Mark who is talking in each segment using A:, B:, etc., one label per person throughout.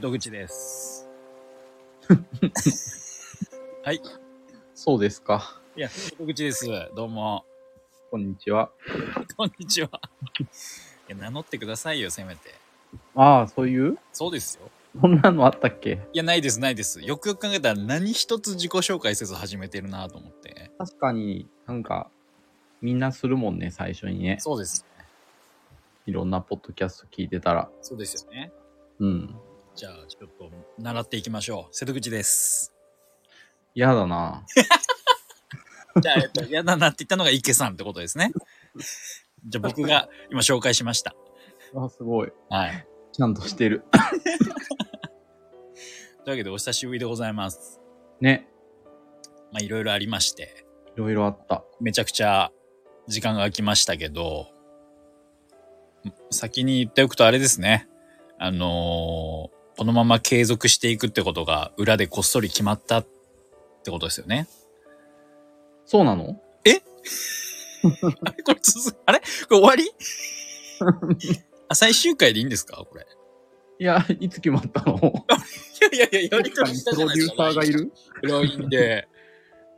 A: 野口です。
B: そうですか。
A: いや、野口です。どうも。
B: こんにちは。
A: こんにちは。いや、名乗ってくださいよ、せめて。
B: ああ、そういう
A: そうですよ。
B: そんなのあったっけ
A: いや、ないです、ないです。よくよく考えたら何一つ自己紹介せず始めてるなと思って。
B: 確かになんか、みんなするもんね、最初にね。
A: そうです。
B: いろんなポッドキャスト聞いてたら。
A: そうですよね。
B: うん。
A: じゃあ、ちょっと、習っていきましょう。瀬戸口です。
B: 嫌だな。
A: じゃあ、えっと、嫌だなって言ったのが池さんってことですね。じゃあ、僕が今紹介しました。
B: あすごい。
A: はい。
B: ちゃんとしてる。
A: というわけで、お久しぶりでございます。
B: ね。
A: まあ、いろいろありまして。
B: いろいろあった。
A: めちゃくちゃ時間が空きましたけど、ん先に言っておくとあれですね。あのーこのまま継続していくってことが裏でこっそり決まったってことですよね。
B: そうなの
A: あれこれ続く、あれこれ終わり あ最終回でいいんですかこれ。
B: いや、いつ決まった のプ
A: いやいやいや、やり
B: ロ
A: とりしたじゃ
B: デ
A: ない
B: ュ
A: です
B: ーサ
A: か。
B: ーがいる
A: LINE で。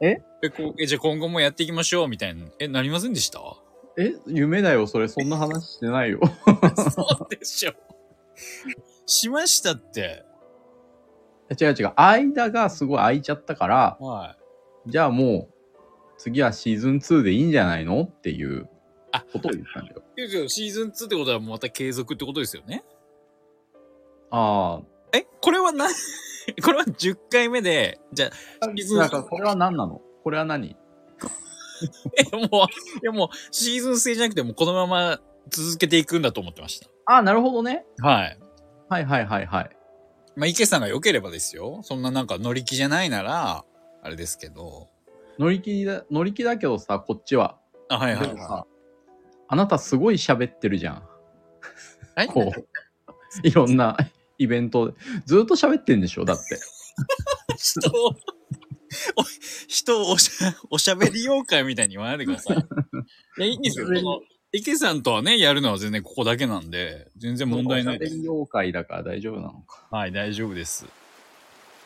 B: え
A: えこうえ、じゃあ今後もやっていきましょうみたいな。え、なりませんで した
B: え、夢だよ、それ。そんな話してない よ。
A: そうでしょ。しましたって。
B: 違う違う。間がすごい空いちゃったから、
A: はい。
B: じゃあもう、次はシーズン2でいいんじゃないのっていう
A: あ
B: ことを言ったんだよ。
A: いやいやシーズン2ってことはもうまた継続ってことですよね。
B: あ
A: え、これはな、 これは10回目で、じゃあ、
B: あ。
A: シーズン
B: なんか、これは何なのこれは何
A: え、もう、いやもう、シーズン制じゃなくてもうこのまま続けていくんだと思ってまし
B: ああ、なるほどね。
A: た。はい。
B: はいはいはいはい。
A: まあ、池さんが良ければですよ。そんななんか乗り気じゃないなら、あれですけど。
B: 乗り気だ、乗り気だけどさ、こっちは。
A: あ、はいはい
B: でも
A: は
B: さあなたすごい喋ってるじゃん。
A: い。はい、
B: こう。い ろんなイベントで。ずっと喋ってんでしょだって。
A: 人を、お人をおしゃおしゃべり妖怪みたいに言わないでください。いや、いいんですよ。この池さんとはね、やるのは全然ここだけなんで、全然問題ないで。
B: ですす。妖怪だから大丈夫なのか。
A: はい、大丈夫です。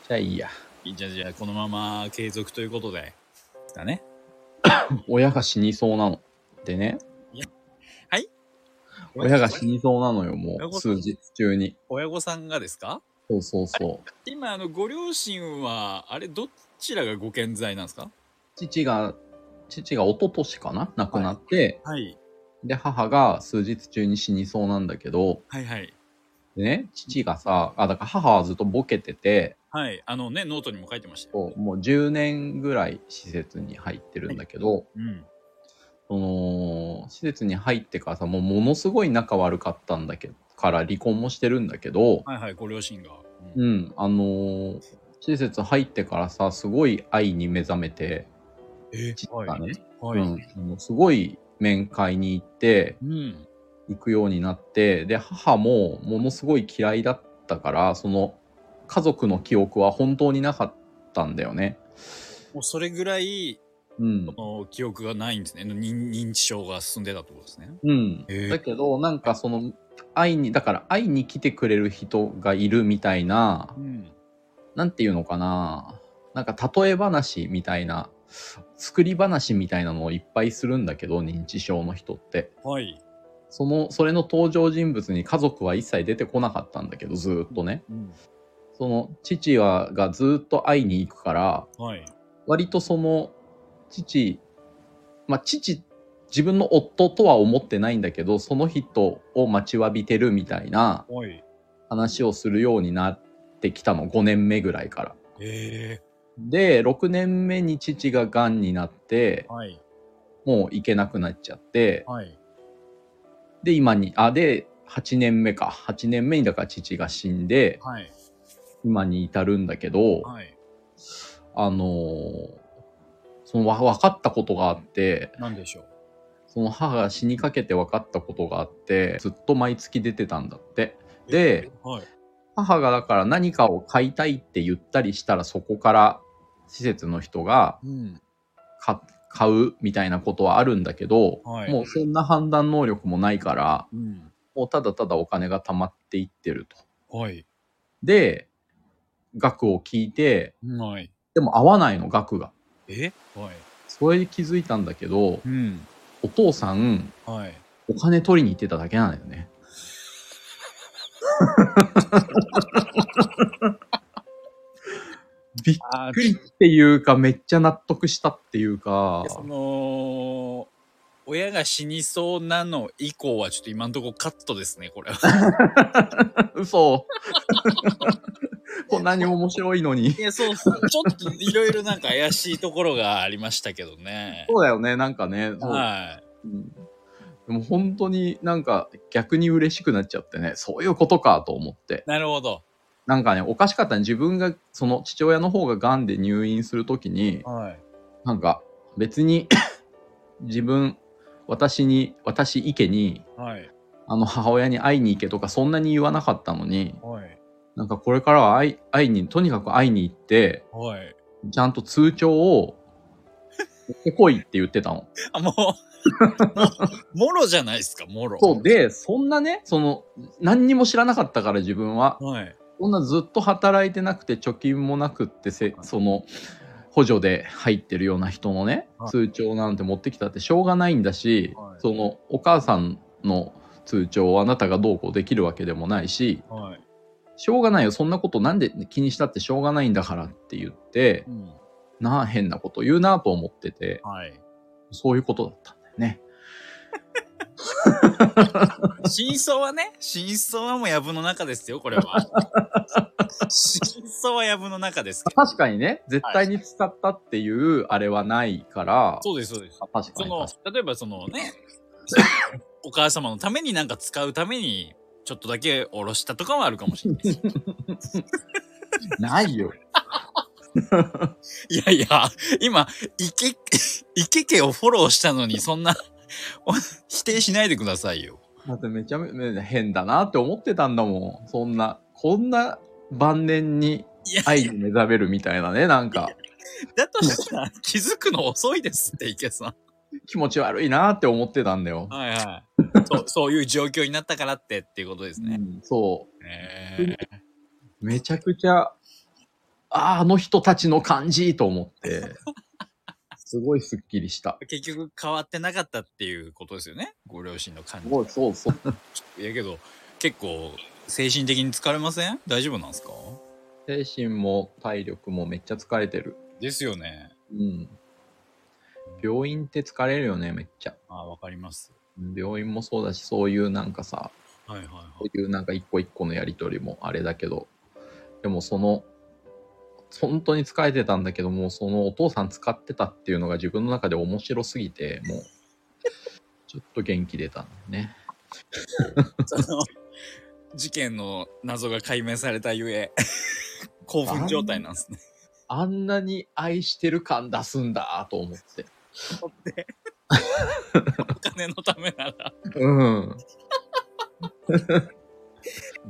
B: じゃあいいや。
A: じゃあじゃあこのまま継続ということで。だね。
B: 親が死にそうなの。でね。
A: いやはい
B: 親が死にそうなのよ、もう。数日中に。
A: 親御さんがですか
B: そうそうそう。
A: 今、あの、ご両親は、あれ、どちらがご健在なんですか
B: 父が、父が一昨年かな亡くなって、
A: はい。
B: で、母が数日中に死にそうなんだけど、
A: はいはい。
B: でね、父がさ、あ、だから母はずっとボケてて、
A: はい。あのね、ノートにも書いてましたよ。
B: こうもう10年ぐらい施設に入ってるんだけど、
A: うん。
B: その、施設に入ってからさ、もうものすごい仲悪かったんだけど、から離婚もしてるんだけど、
A: はいはい、ご両親が。うん
B: うん、あのー施設入ってからさ、すごい愛に目覚めて、
A: え
B: 父
A: は
B: が
A: い。
B: ね、
A: は
B: う
A: い。
B: んあの、すごい面会に行って、
A: うん。
B: 行くようになってで母もものすごい嫌いだったからその家族の記憶は本当になかったんだよね。
A: もうそれぐらい、
B: うん
A: あの記憶がないんですね。認認知症が進んでたってことですね。
B: うん
A: へえ、
B: だけどなんかその会いにだから会いに来てくれる人がいるみたいな
A: うん。
B: なんていうのかななんか例え話みたいな作り話みたいなのをいっぱいするんだけど認知症の人って。
A: はい。
B: そのそれの登場人物に家族は一切出てこなかったんだけどずーっとね。
A: うん。
B: その父はがずーっと会いに行くから
A: はい。
B: 割とその父まあ父自分の夫とは思ってないんだけどその人を待ちわびてるみたいな
A: はい。
B: 話をするようになってきたの5年目ぐらいから。
A: ええ
B: で6年目に父ががんになって
A: はい。
B: もう行けなくなっちゃって
A: はい。
B: で今にあで8年目か8年目にだから父が死んで
A: はい。
B: 今に至るんだけど。
A: はい。
B: あのーそのわ分かったことがあって、
A: なんでしょう。
B: その母が死にかけて分かったことがあって、ずっと毎月出てたんだって。で、
A: はい。
B: 母がだから何かを買いたいって言ったりしたら、そこから施設の人が
A: うん。
B: か買うみたいなことはあるんだけど、
A: はい
B: もうそんな判断能力もないから、
A: うん。
B: もうただただお金が貯まっていってると。
A: はい。
B: で、額を聞いて、
A: はい。
B: でも合わないの、額が。
A: えはい。
B: それに気づいたんだけど
A: う、ん。
B: お父さん、
A: はい。
B: お金取りに行ってただけなんだよね。びっ
A: あ
B: くりっていうか、めっちゃ納得したっていうか
A: で、その、親が死にそうなの以降はちょっと今んとこカットですね、これは。
B: 嘘。こんなに面白いのに。
A: いや、そうそう。ちょっといろいろなんか怪しいところがありましたけどね。
B: そうだよね、なんかね。そう
A: は
B: うんでも本当になんか逆に嬉しくなっちゃってね、そういうことかと思って。
A: い。なるほど。
B: なんかね、おかしかったね。自分が、その父親の方が癌で入院するときに、
A: はい。
B: なんか別に 自分、私に、私池に、
A: はい。
B: あの母親に会いに行けとかそんなに言わなかったのに、
A: はい。
B: なんかこれからは会い会いに、とにかく会いに行って、
A: はい。
B: ちゃんと通帳を持ってこいって言ってた の。
A: あ、もう、もろじゃないですか、もろ。
B: そう。で、そんなね、その、何にも知らなかったから自分は、
A: はい。
B: そんなずっと働いてなくて貯金もなくってせその補助で入ってるような人のね
A: はい
B: 通帳なんて持ってきたってしょうがないんだし、
A: はい
B: そのお母さんの通帳をあなたがどうこうできるわけでもないし
A: はい。
B: しょうがないよそんなことなんで気にしたってしょうがないんだからって言って
A: うん。
B: なあ変なこと言うなと思ってて
A: はい。
B: そういうことだったんだよね。
A: 真相はね、真相はもうやぶの中ですよ、これは。真相はやぶの中ですけど。
B: 確かにね絶対に使ったっていうあれはないから、
A: そうです、そうです。
B: あ確
A: そ
B: かに
A: の
B: 確か、
A: 例えばそのね、お母様のためになんか使うために、ちょっとだけおろしたとかはあるかもしれないです。
B: にないよ。
A: いやいや、今、 池、池家をフォローしたのに、そんな、 お否定しないでくださいよ。
B: だってめちゃめちゃ変だなって思ってたんだもん。そんな、こんな晩年に
A: いや、
B: 愛に目覚めるみたいなね、なんか
A: だとしたら気づくの遅いですって、池さん。
B: 気持ち悪いなって思ってたんだよ。
A: はいはい。そう、そういう状況になったからってっていうことです
B: う
A: ね。
B: んそ
A: え
B: うう。めちゃくちゃ、あーあの人たちの感じと思って、すごいスッキリした。
A: ー結局変わってなかったっていうことですよね。ご両親の感
B: すごい、そうそう。
A: じ。いやけど、結構、精神的に疲れません大丈夫なんですか
B: 精神も体力もめっちゃ疲れてる。
A: ですよね。
B: うん。病院って疲れるよね、めっちゃ。
A: ああ、わかります。
B: うん病院もそうだし、そういうなんかさ、
A: はいはいは
B: こういうなんか一個一個のやりとりもあれだけど、でもその、本当に疲れてたんだけども、そのお父さん使ってたっていうのが自分の中で面白すぎて、もう、ちょっと元気出たんだよね。
A: い。その、事件の謎が解明されたゆえ、 興奮状態なんですね。
B: あんなに愛してる感出すんだと思って。
A: お金のためなら。
B: うん。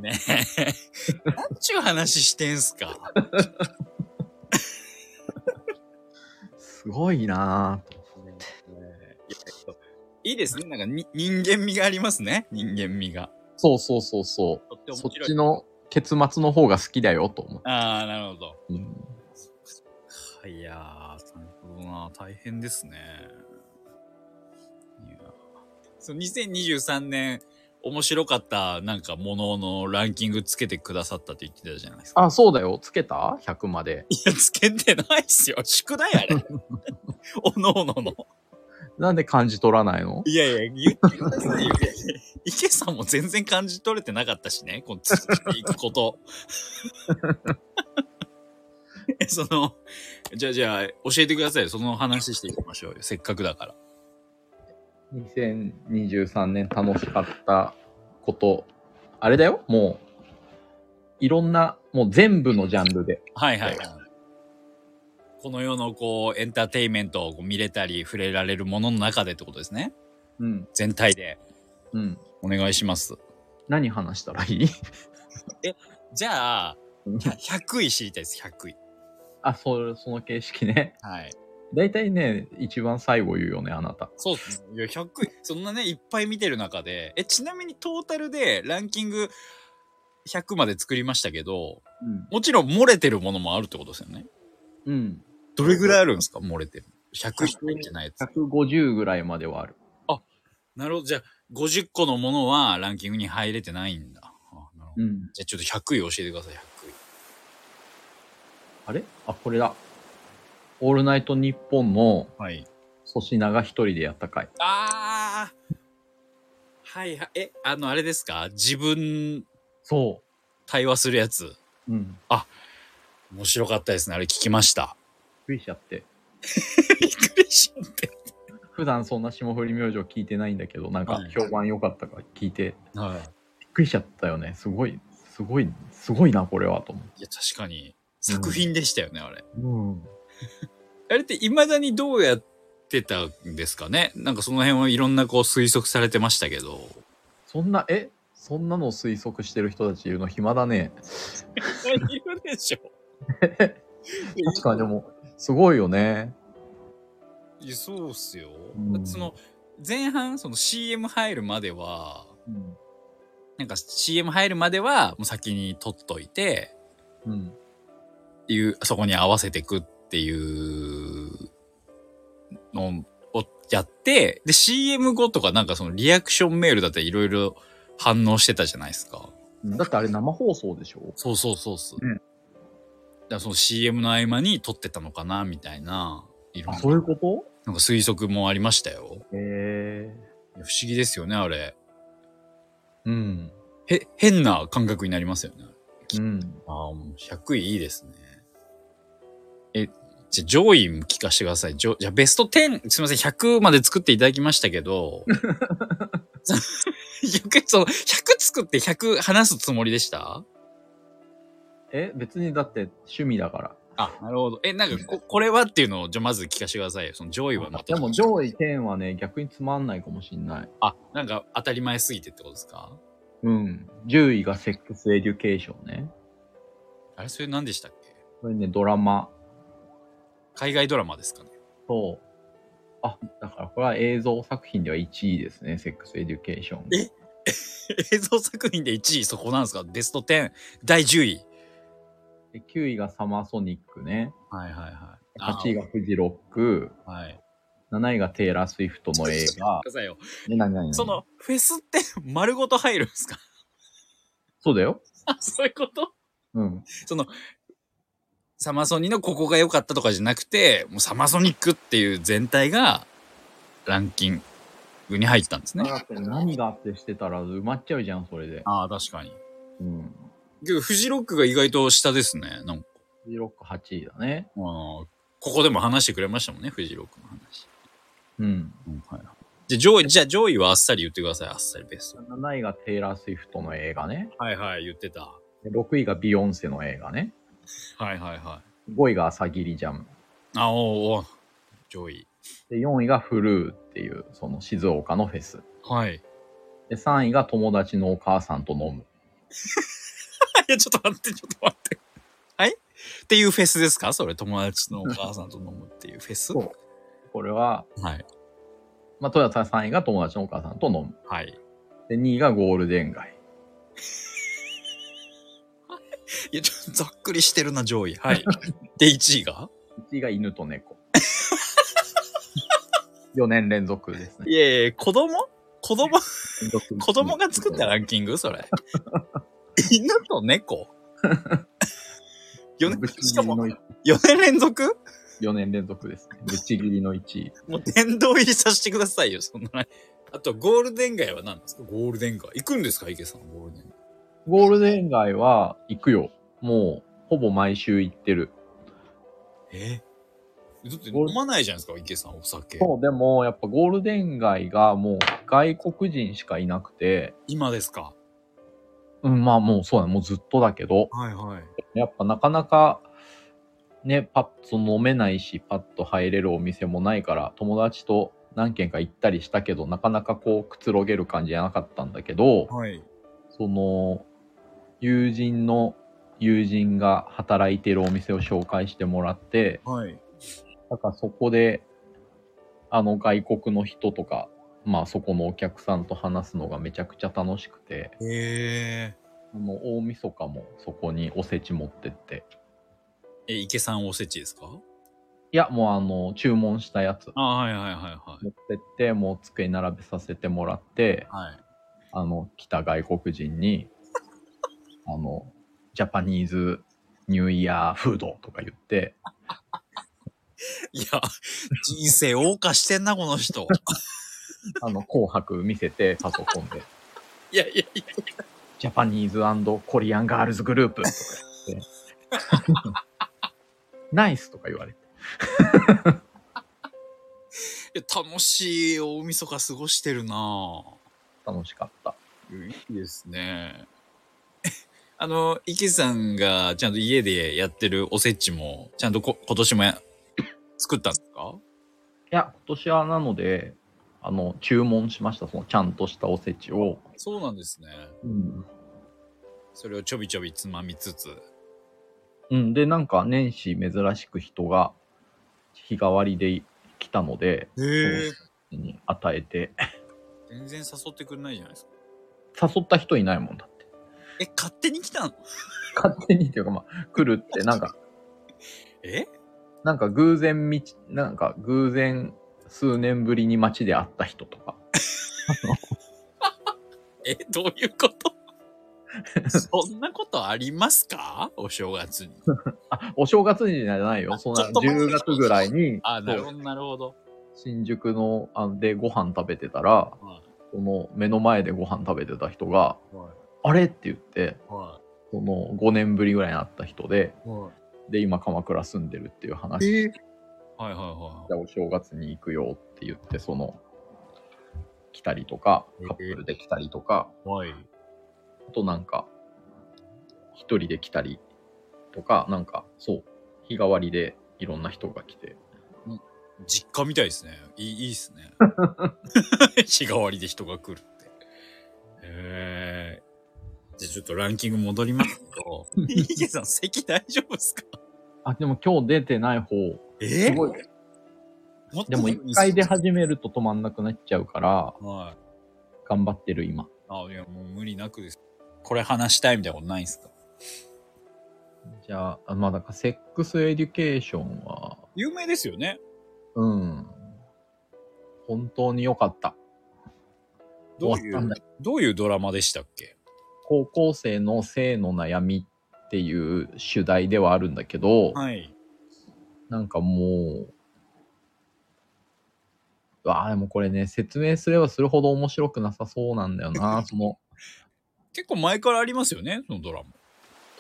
A: ねえ。なんちゅう話してんすか
B: すごいなぁと。
A: いいですね。なんかに人間味がありますね。人間味が。
B: そうそうそうそ
A: とって
B: う。
A: も
B: そっ
A: 面白い。
B: ちの結末の方が好きだよと思って。
A: ああ、なるほど。
B: うん
A: いやー、なるほどな。大変ですね。いやーそう2023年、面白かった、なんか、もののランキングつけてくださったって言ってたじゃないですか。
B: あ、そうだよ。つけた ?100 まで。
A: いや、つけてないっすよ。宿題あれ。 おのおのの。
B: なんで感じ取らないの
A: いやいや、言ってくださいよ。池さんも全然感じ取れてなかったしね、この続けていくこと。 え、その、じゃあじゃあ、教えてくださいよ。その話していきましょうよ。せっかくだから。
B: 2023年楽しかったこと、あれだよ、もう、いろんな、もう全部のジャンルで。
A: はいはい。この世のこう、エンターテインメントをこう見れたり、触れられるものの中でってことですね。
B: うん、
A: 全体で。
B: うん。
A: お願いします。
B: 何話したらいい
A: じゃ あ、100位知りたいです、100位。
B: あ、そ、その形式ね。
A: はい。
B: だいたいね、一番最後言うよね、あなた。
A: そうですね。いや、100位、そんなね、いっぱい見てる中で、え、ちなみにトータルでランキング100まで作りましたけど、
B: うん。
A: もちろん漏れてるものもあるってことですよね。
B: うん。
A: どれぐらいあるんですか漏れてる。100入ってないやつ。
B: 150ぐらいまではある。
A: なるほど。じゃあ、50個のものはランキングに入れてないんだ。あなるほど
B: うん。
A: じゃあ、ちょっと100位教えてください、100位。
B: あれあ、これだ。オールナイトニッポンの
A: はい。
B: 粗品が一人でやった回。
A: あーはいはい。え、あの、あれですか自分
B: そ
A: 対話するやつ。
B: う。うん。
A: 面白かったですね。あれ聞きました。
B: びっくりしちゃって。
A: びっくりしちゃって。
B: 普段そんな霜降り明星聞いてないんだけど、なんか
A: はい
B: 評判良かったから聞いて、
A: はい。
B: びっくりしちゃったよね。すごい、すごい、すごいな、これは、と思
A: いや、確かに。作品でしたよね、あれ。
B: う。
A: あれって未だにどうやってたんですかねなんかその辺はいろんなこう推測されてましたけど。
B: そんな、えそんなの推測してる人たちいるの暇だね。
A: いるでしょ。
B: 確かにでも、すごいよね。
A: いやそうっすよ。
B: うん
A: だってその前半その CM 入るまでは、
B: うん。
A: なんか CM 入るまではもう先に撮っといて、
B: うん。
A: っていう、そこに合わせてくっていうのをやって、で CM 後とかなんかそのリアクションメールだっていろいろ反応してたじゃないですか。
B: だってあれ生放送でしょ
A: そうそうそうっす。
B: うん
A: だからその CM の合間に撮ってたのかな、みたいな、いろん
B: あ、
A: な、
B: そういうこと
A: なんか推測もありましたよ。
B: へえ。
A: いや不思議ですよね、あれ。
B: うん。
A: へ、変な感覚になりますよね。
B: うん。
A: ああ、もう100位いいですね。え、じゃあ上位も聞かせてください。上じゃあベスト10、すみません、100まで作っていただきましたけど、 そ100、その、100作って100話すつもりでした
B: え、別にだって趣味だから。
A: あ、なるほど。え、なんかこ、これはっていうのを、じゃあまず聞かせてくださいよ。その上位はまた。
B: でも上位10はね、逆につまんないかもしんない。
A: あ、なんか当たり前すぎてってことですか
B: うん。10位がセックスエデュケーションね。
A: あれ、それ何でしたっけ
B: これね、ドラマ
A: 海外ドラマですかね
B: と、あ、だからこれは映像作品では1位ですね、セックスエデュケーション。
A: え映像作品で1位そこなんですかベスト10、第10位。
B: で9位がサマーソニックね。
A: はいはいはい。
B: 8位がフジロック。
A: あはい。
B: 7位がテイラー・スウィフト の映画
A: く。ださいよ。
B: え、なになに
A: その、フェスって丸ごと入るんですか
B: そうだよ。
A: あ、 そういうこと
B: うん。
A: サマソニのここが良かったとかじゃなくて、もうサマソニックっていう全体がランキングに入ったんですね。
B: だって何があってしてたら埋まっちゃうじゃん、それで。
A: ああ、確かに。
B: うん。
A: けど、フジロックが意外と下ですね。なんか、
B: フジロック8位だね。
A: あーここでも話してくれましたもんね、フジロックの話。
B: うん。
A: うん、はい。じゃあ上位、じゃあ上位はあっさり言ってください、あっさりベス
B: 7位がテイラー・スウィフトの映画ね。
A: ト。はいはい、言ってた。は
B: で6位がビヨンセの映画ね。
A: いはいはい。
B: 5位が朝霧ジャム。
A: あ、おーおー上位。
B: で、4位がフルーっていう、その静岡のフェス。
A: はい。
B: で、3位が友達のお母さんと飲む。
A: いや、ちょっと待って、ちょっと待って。はいっていうフェスですかそれ、友達のお母さんと飲むっていうフェス
B: そうこれは、
A: はい。
B: まあ、とりあえず3位が友達のお母さんと飲む。
A: はい。
B: で、2位がゴールデン街。
A: いや、ちょっとざっくりしてるな、上位。 はい。で、1位が
B: 1位が犬と猫。4年連続ですね。
A: いやいや、子供子供、
B: 連 続
A: 子供が作ったランキングそ れ。犬と猫 ?4
B: ぶち
A: 年、し
B: 切
A: か
B: りの
A: も
B: 1
A: 4年連続
B: 4年連続ですね。ぶち切りの1位。
A: もう殿堂入りさせてくださいよ、そんな。あと、ゴールデン街は何ですかゴールデン街。行くんですか池さん、ゴールデン街。
B: ゴールデン街は行くよ。もう、ほぼ毎週行ってる。
A: えだって飲まないじゃないですか、池さん、お酒。
B: そう、でも、やっぱゴールデン街がもう外国人しかいなくて、
A: 今ですか。
B: うん、まあもうそうだね、もうずっとだけど、
A: はいはい。
B: やっぱなかなか、ね、パッと飲めないし、パッと入れるお店もないから、友達と何軒か行ったりしたけど、なかなかこう、くつろげる感じじゃなかったんだけど、
A: はい。
B: その、友人の友人が働いてるお店を紹介してもらって、
A: はい。
B: だからそこで、あの外国の人とか、まあそこのお客さんと話すのがめちゃくちゃ楽しくて、
A: へえ。
B: もう大晦日もそこにおせち持ってって。
A: え、池さんおせちですか
B: いや、もうあの、注文したやつ
A: あはいはいはいはい。
B: 持ってって、もう机に並べさせてもらって、
A: はい。
B: あの、来た外国人に、あの、ジャパニーズニューイヤーフードとか言って、
A: いや、人生謳歌してんな、この 人。
B: あの、紅白見せてパソコンで、
A: いやいやいや。
B: ジャパニーズコリアンガールズグループとか言って、 ナイスとか言われて。
A: 楽しい大晦日過ごしてるなぁ。
B: 楽しかった。
A: いいですね。あの、池さんがちゃんと家でやってるおせちも、ちゃんとこ今年もや作ったんですか
B: いや、今年はなので、あの、注文しました、そのちゃんとしたおせちを。
A: そうなんですね。
B: うん。
A: それをちょびちょびつまみつつ。
B: で、なんか年始珍しく人が日替わりで来たので、
A: へ
B: えに与えて、
A: 全然誘ってくれないじゃないですか。
B: 誘った人いないもんだって。
A: え、勝手に来たの
B: 勝手にっていうか、まあ、来るって、なんか、
A: え
B: なんか偶然道、なんか偶然数年ぶりに街で会った人とか。
A: え、どういうことそんなことありますかお正月 に。
B: あ、お正月にじゃないよ。そんな、
A: ちょっと待って
B: 10月ぐらいに、
A: あ、なる
B: そ
A: ほ
B: う
A: ど、なるほど。
B: 新宿の、あでご飯食べてたら、
A: は
B: その目の前でご飯食べてた人が、
A: い。は
B: あれって言って、
A: い。は
B: その5年ぶりぐらいに会った人で、
A: い。は
B: で、今鎌倉住んでるっていう話、
A: い。
B: じ
A: はいはいは
B: ゃあお正月に行くよって言って、その、来たりとか
A: えー、
B: カップルで来たりとか、
A: い。はい。
B: あとなんか、一人で来たりとか、なんか、そう、日替わりでいろんな人が来て、
A: 実家みたいですね。いい、いいです ね。日替わりで人が来るって。へえ。じゃあちょっとランキング戻りますけ ど、池さん席大丈夫ですか
B: あ、でも今日出てない方、
A: え
B: すごい。
A: もっと
B: でも
A: 上
B: 一
A: に
B: 回出始めると止まんなくなっちゃうから、
A: はい。
B: 頑張ってる今。
A: あ、いや、もう無理なくです。これ話したいみたいなことないんすか
B: じゃあ、まあだからセックスエデュケーションは、
A: 有名ですよね。
B: うん。本当に良かった。
A: どう
B: 終
A: い
B: わったんだ
A: う、どういうドラマでしたっけ
B: 高校生の性の悩みっていう主題ではあるんだけど、
A: はい。
B: なんかもう、わあ、でもこれね、説明すればするほど面白くなさそうなんだ よな、その、
A: 結構前からありますよね、そのドラマ。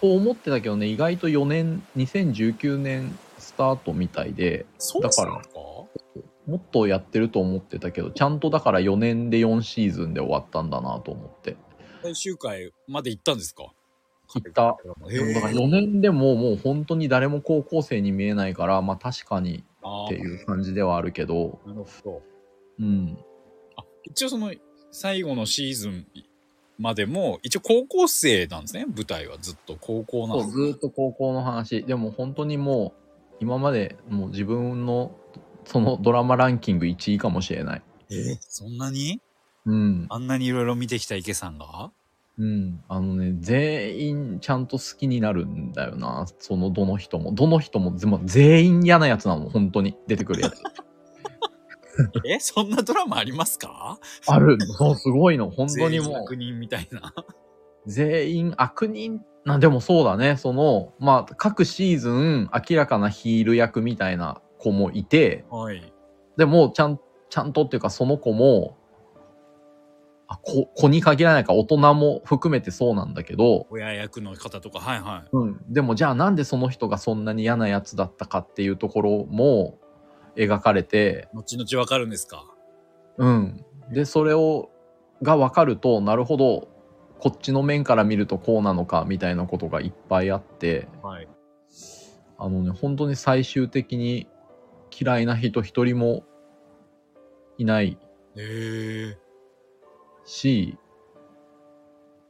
B: と思ってたけどね、意外と4年、2019年スタートみたいで、
A: そう
B: だから
A: なんか
B: もっとやってると思ってたけど、ちゃんとだから4年で4シーズンで終わったんだなと思って。
A: 最終回まで行ったんですか
B: 行った。
A: え
B: でもだから4年でももう本当に誰も高校生に見えないから、まあ確かに
A: あ
B: って
A: ー
B: いう感じではあるけど、
A: なるほど。
B: うん。
A: あ、一応その、最後のシーズンまでも、一応高校生なんですね、舞台はずっと高校なん
B: そ
A: です
B: う、ずーっと高校の話。でも本当にもう、今までもう自分のそのドラマランキング1位かもしれない。
A: えそんなに
B: うん。
A: あんなにいろいろ見てきた池さんが
B: うん。あのね、全員ちゃんと好きになるんだよな。そのどの人も。どの人も、ぜま全員嫌なやつなの、本当に。出てくるや つ。
A: えそんなドラマありますか
B: あるの。そう、すごいの。本当に
A: 全員
B: も
A: 悪人みたいな。
B: う、全員悪人。な、でもそうだね。その、まあ、各シーズン明らかなヒール役みたいな子もいて、
A: はい。
B: でも、ちゃん、ちゃんとっていうか、その子も、あ、子、子に限らないか、大人も含めてそうなんだけど、
A: 親役の方とか、はいは
B: うん。でも、じゃあなんでその人がそんなに嫌なやつだったかっていうところも描かれて、
A: い。後々わかるんですか
B: うん。で、それを、が分かると、なるほど、こっちの面から見るとこうなのか、みたいなことがいっぱいあって、
A: はい。
B: あのね、本当に最終的に嫌いな人一人もいない
A: へえ。
B: し、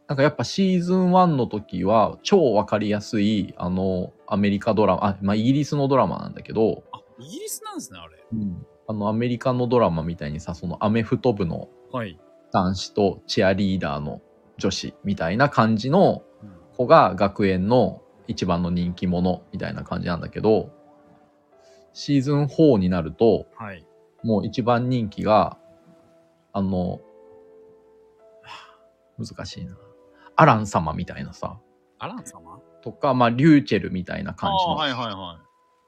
B: なんかやっぱシーズン1の時は超わかりやすい、あの、アメリカドラマ、あ、まあ、イギリスのドラマなんだけど、
A: あ、イギリスなんですね、あれ。
B: あの、アメリカのドラマみたいにさ、そのアメフト部の
A: はい。
B: 男子とチアリーダーの女子みたいな感じの子が学園の一番の人気者みたいな感じなんだけど、シーズン4になると、
A: はい。
B: もう一番人気が、あの、はあ難しいな。アラン様みたいなさ、
A: アラン様
B: とか、まあ、リューチェルみたいな感
A: あ
B: じ
A: あはい
B: の
A: はいは。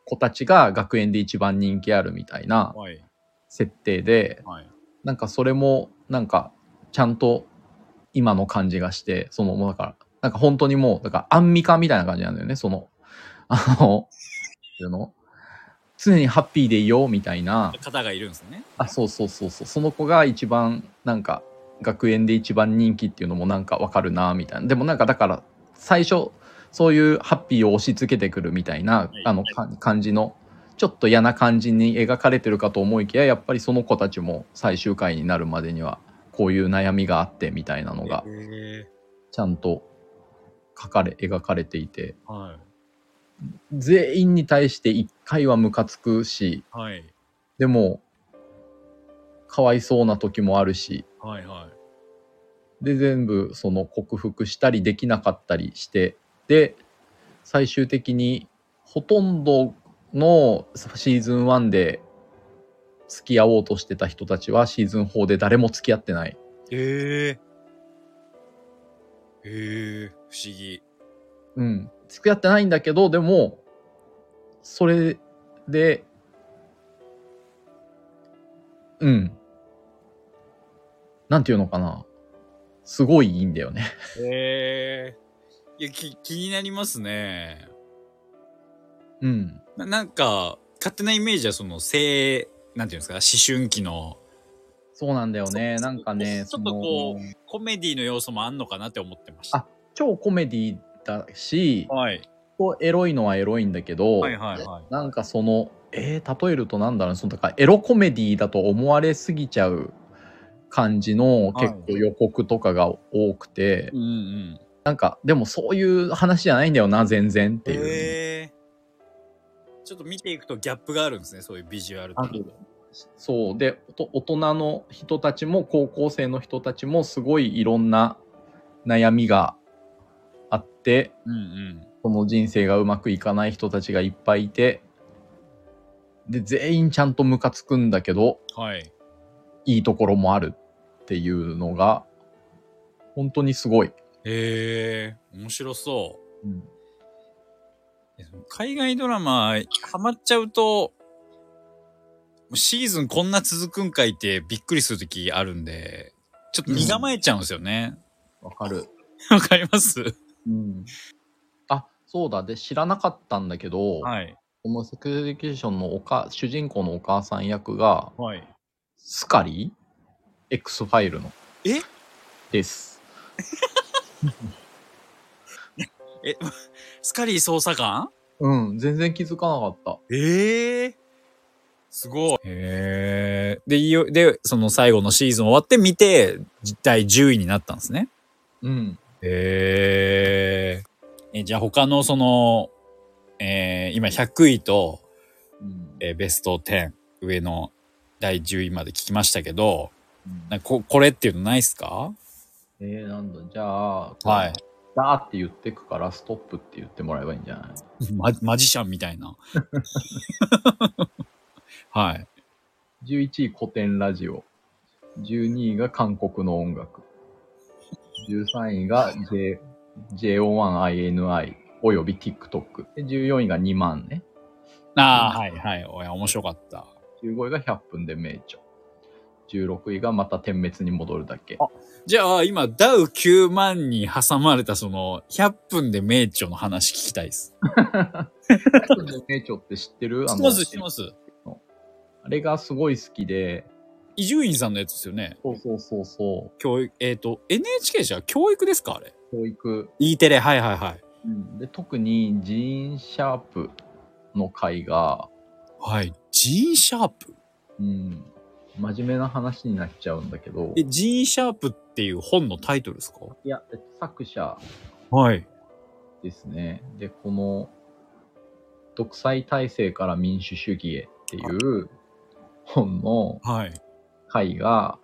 B: 子たちが学園で一番人気あるみたいない
A: はい。
B: 設定で、
A: はい。
B: なんかそれも、なんか、ちゃんと今の感じがして、その、もうだから、なんか本当にもう、だからアンミカみたいな感じなんだよね、その、あ の、っていうの常にハッピーでいようみたいな、
A: 方がいるんですね。
B: あそうそうそうそうその子が一番なんか学園で一番人気っていうのもなんかわかるなみたいなでもなんかだから最初そういうハッピーを押し付けてくるみたいな、
A: い
B: あのか感じのちょっと嫌な感じに描かれてるかと思いきややっぱりその子たちも最終回になるまでにはこういう悩みがあってみたいなのが
A: へえ
B: ちゃんと書かれ描かれていて
A: はい。
B: 全員に対して1回はムカつくし
A: はい。
B: でもかわいそうな時もあるし
A: はいは
B: で全部その克服したりできなかったりしてで最終的にほとんどのシーズン1で付き合おうとしてた人たちはシーズン4で誰も付き合ってない
A: い。へえ。へえ。不思議。
B: うん付き合ってないんだけどでもそれでうんなんていうのかなすごいいいんだよね
A: へえ。いや、き、気になりますね。
B: うん
A: ななんか、勝手なイメージはその、性、なんていうんですか、思春期の
B: そうなんだよね
A: そう
B: なんかね
A: ちょっとこう
B: その
A: コメディの要素もあんのかなって思ってまし
B: あ
A: た。
B: 超コメディだし、
A: はい。
B: こうエロいのはエロいんだけど、
A: はいはいはい
B: なんかその、えー例えるとなんだろう、そのだからエロコメディだと思われすぎちゃう感じ
A: は
B: の
A: い
B: 結構予告とかが多くて、
A: うんうん。
B: なんかでもそういう話じゃないんだよな、全然っていう。
A: へえ。ちょっと見ていくとギャップがあるんですね、そういうビジュアルと
B: あるそうでおと大人の人たちも高校生の人たちもすごいいろんな悩みがあって
A: うんうん。
B: その人生がうまくいかない人たちがいっぱいいて、で、全員ちゃんとムカつくんだけど、
A: はい。
B: いいところもあるっていうのが、本当にすごい。
A: へえ、面白そう。
B: うん、
A: いやでも海外ドラマ、ハマっちゃうと、シーズンこんな続くんかいってびっくりするときあるんで、ちょっと身構えちゃうんですよね。
B: わかる。
A: わ、かります
B: うん。あ、そうだ。で、知らなかったんだけど、
A: はい。
B: ホモセクシュアリティションのおか、主人公のお母さん役が、
A: はい。
B: スカリー ?X ファイルの。
A: え
B: です。
A: スカリー捜査官
B: うん、全然気づかなかった。
A: ええすごい。へえ。で、いよ、で、その最後のシーズン終わって見て、じ第10位になったんですね。
B: うん。
A: へえ。え、じゃあ他のその、えー今100位と、
B: うん
A: えーベスト10、上の第10位まで聞きましたけど、
B: うん
A: なんかここれっていうのないっすか
B: えー、なんだ、じゃあ、
A: はい。
B: だーって言ってくから、ストップって言ってもらえばいいんじゃな い
A: ママジシャンみたい な。はい。
B: ?11 位、古典ラジオ。12位が韓国の音楽。13位が J JO1INI および TikTok。で、14位が2万ね。
A: ああ、はいはい。おや、面白かった。
B: 15位が100分で名著。16位がまた点滅に戻るだけ。
A: じゃあ、今、ダウ9万に挟まれたその、100分で名著の話聞きたいです。
B: 100分で名著って知ってる
A: 知
B: あ
A: って
B: の
A: ます、知ってます。
B: あれがすごい好きで、
A: 伊集院さんのやつですよね。
B: そうそうそうそう、
A: 教育、えっ、と、NHK じゃ教育ですかあれ。
B: 教育
A: E テレ、はいはいはい。
B: で特にジーン・シャープの回が、
A: はい。ジーンシャープ
B: うん、真面目な話になっちゃうんだけど、
A: え、ジーンシャープっていう本のタイトルですか
B: いや、えっと作者
A: はい。
B: ですね。で、この、独裁体制から民主主義へっていう本の
A: はい。
B: 回が、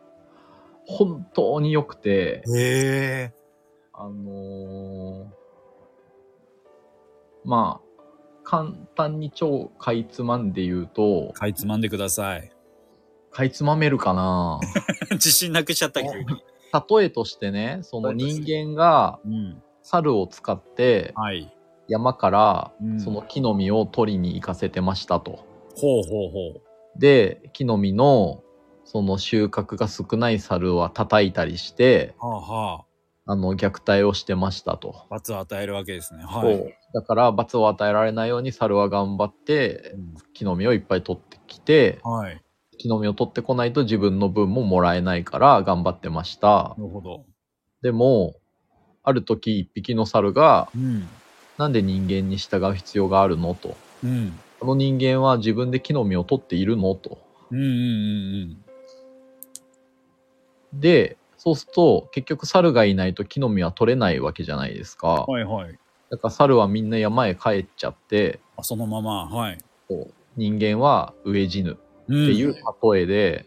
B: 本当に良くて、
A: へえ。
B: あのーまあ、簡単に超かいつまんで言うと、
A: かいつまんでください。
B: かいつまめるかな
A: 自信なくしちゃった急に。
B: 例えとしてね、その人間が
A: うん。
B: 猿を使って
A: はい。
B: 山から
A: うん
B: その木の実を取りに行かせてましたと。
A: ほうほうほう。
B: で、木の実のその収穫が少ない猿は叩いたりして、
A: はあは
B: あの虐待をしてましたと。
A: あ。罰を与えるわけですね。はい。
B: こうだから罰を与えられないように猿は頑張って
A: うん
B: 木の実をいっぱい取ってきて
A: はい。
B: 木の実を取ってこないと自分の分ももらえないから頑張ってました
A: なるほど。
B: でもある時一匹の猿が
A: うん。
B: なんで人間に従う必要があるのと
A: うん。
B: この人間は自分で木の実を取っているのと
A: うんうんうん
B: でそうすると結局猿がいないと木の実は取れないわけじゃないですか
A: うん。はいはい。
B: だから猿はみんな山へ帰っちゃって
A: あそのまま、はい。
B: こう人間は飢え死ぬ
A: って
B: っていう例えで、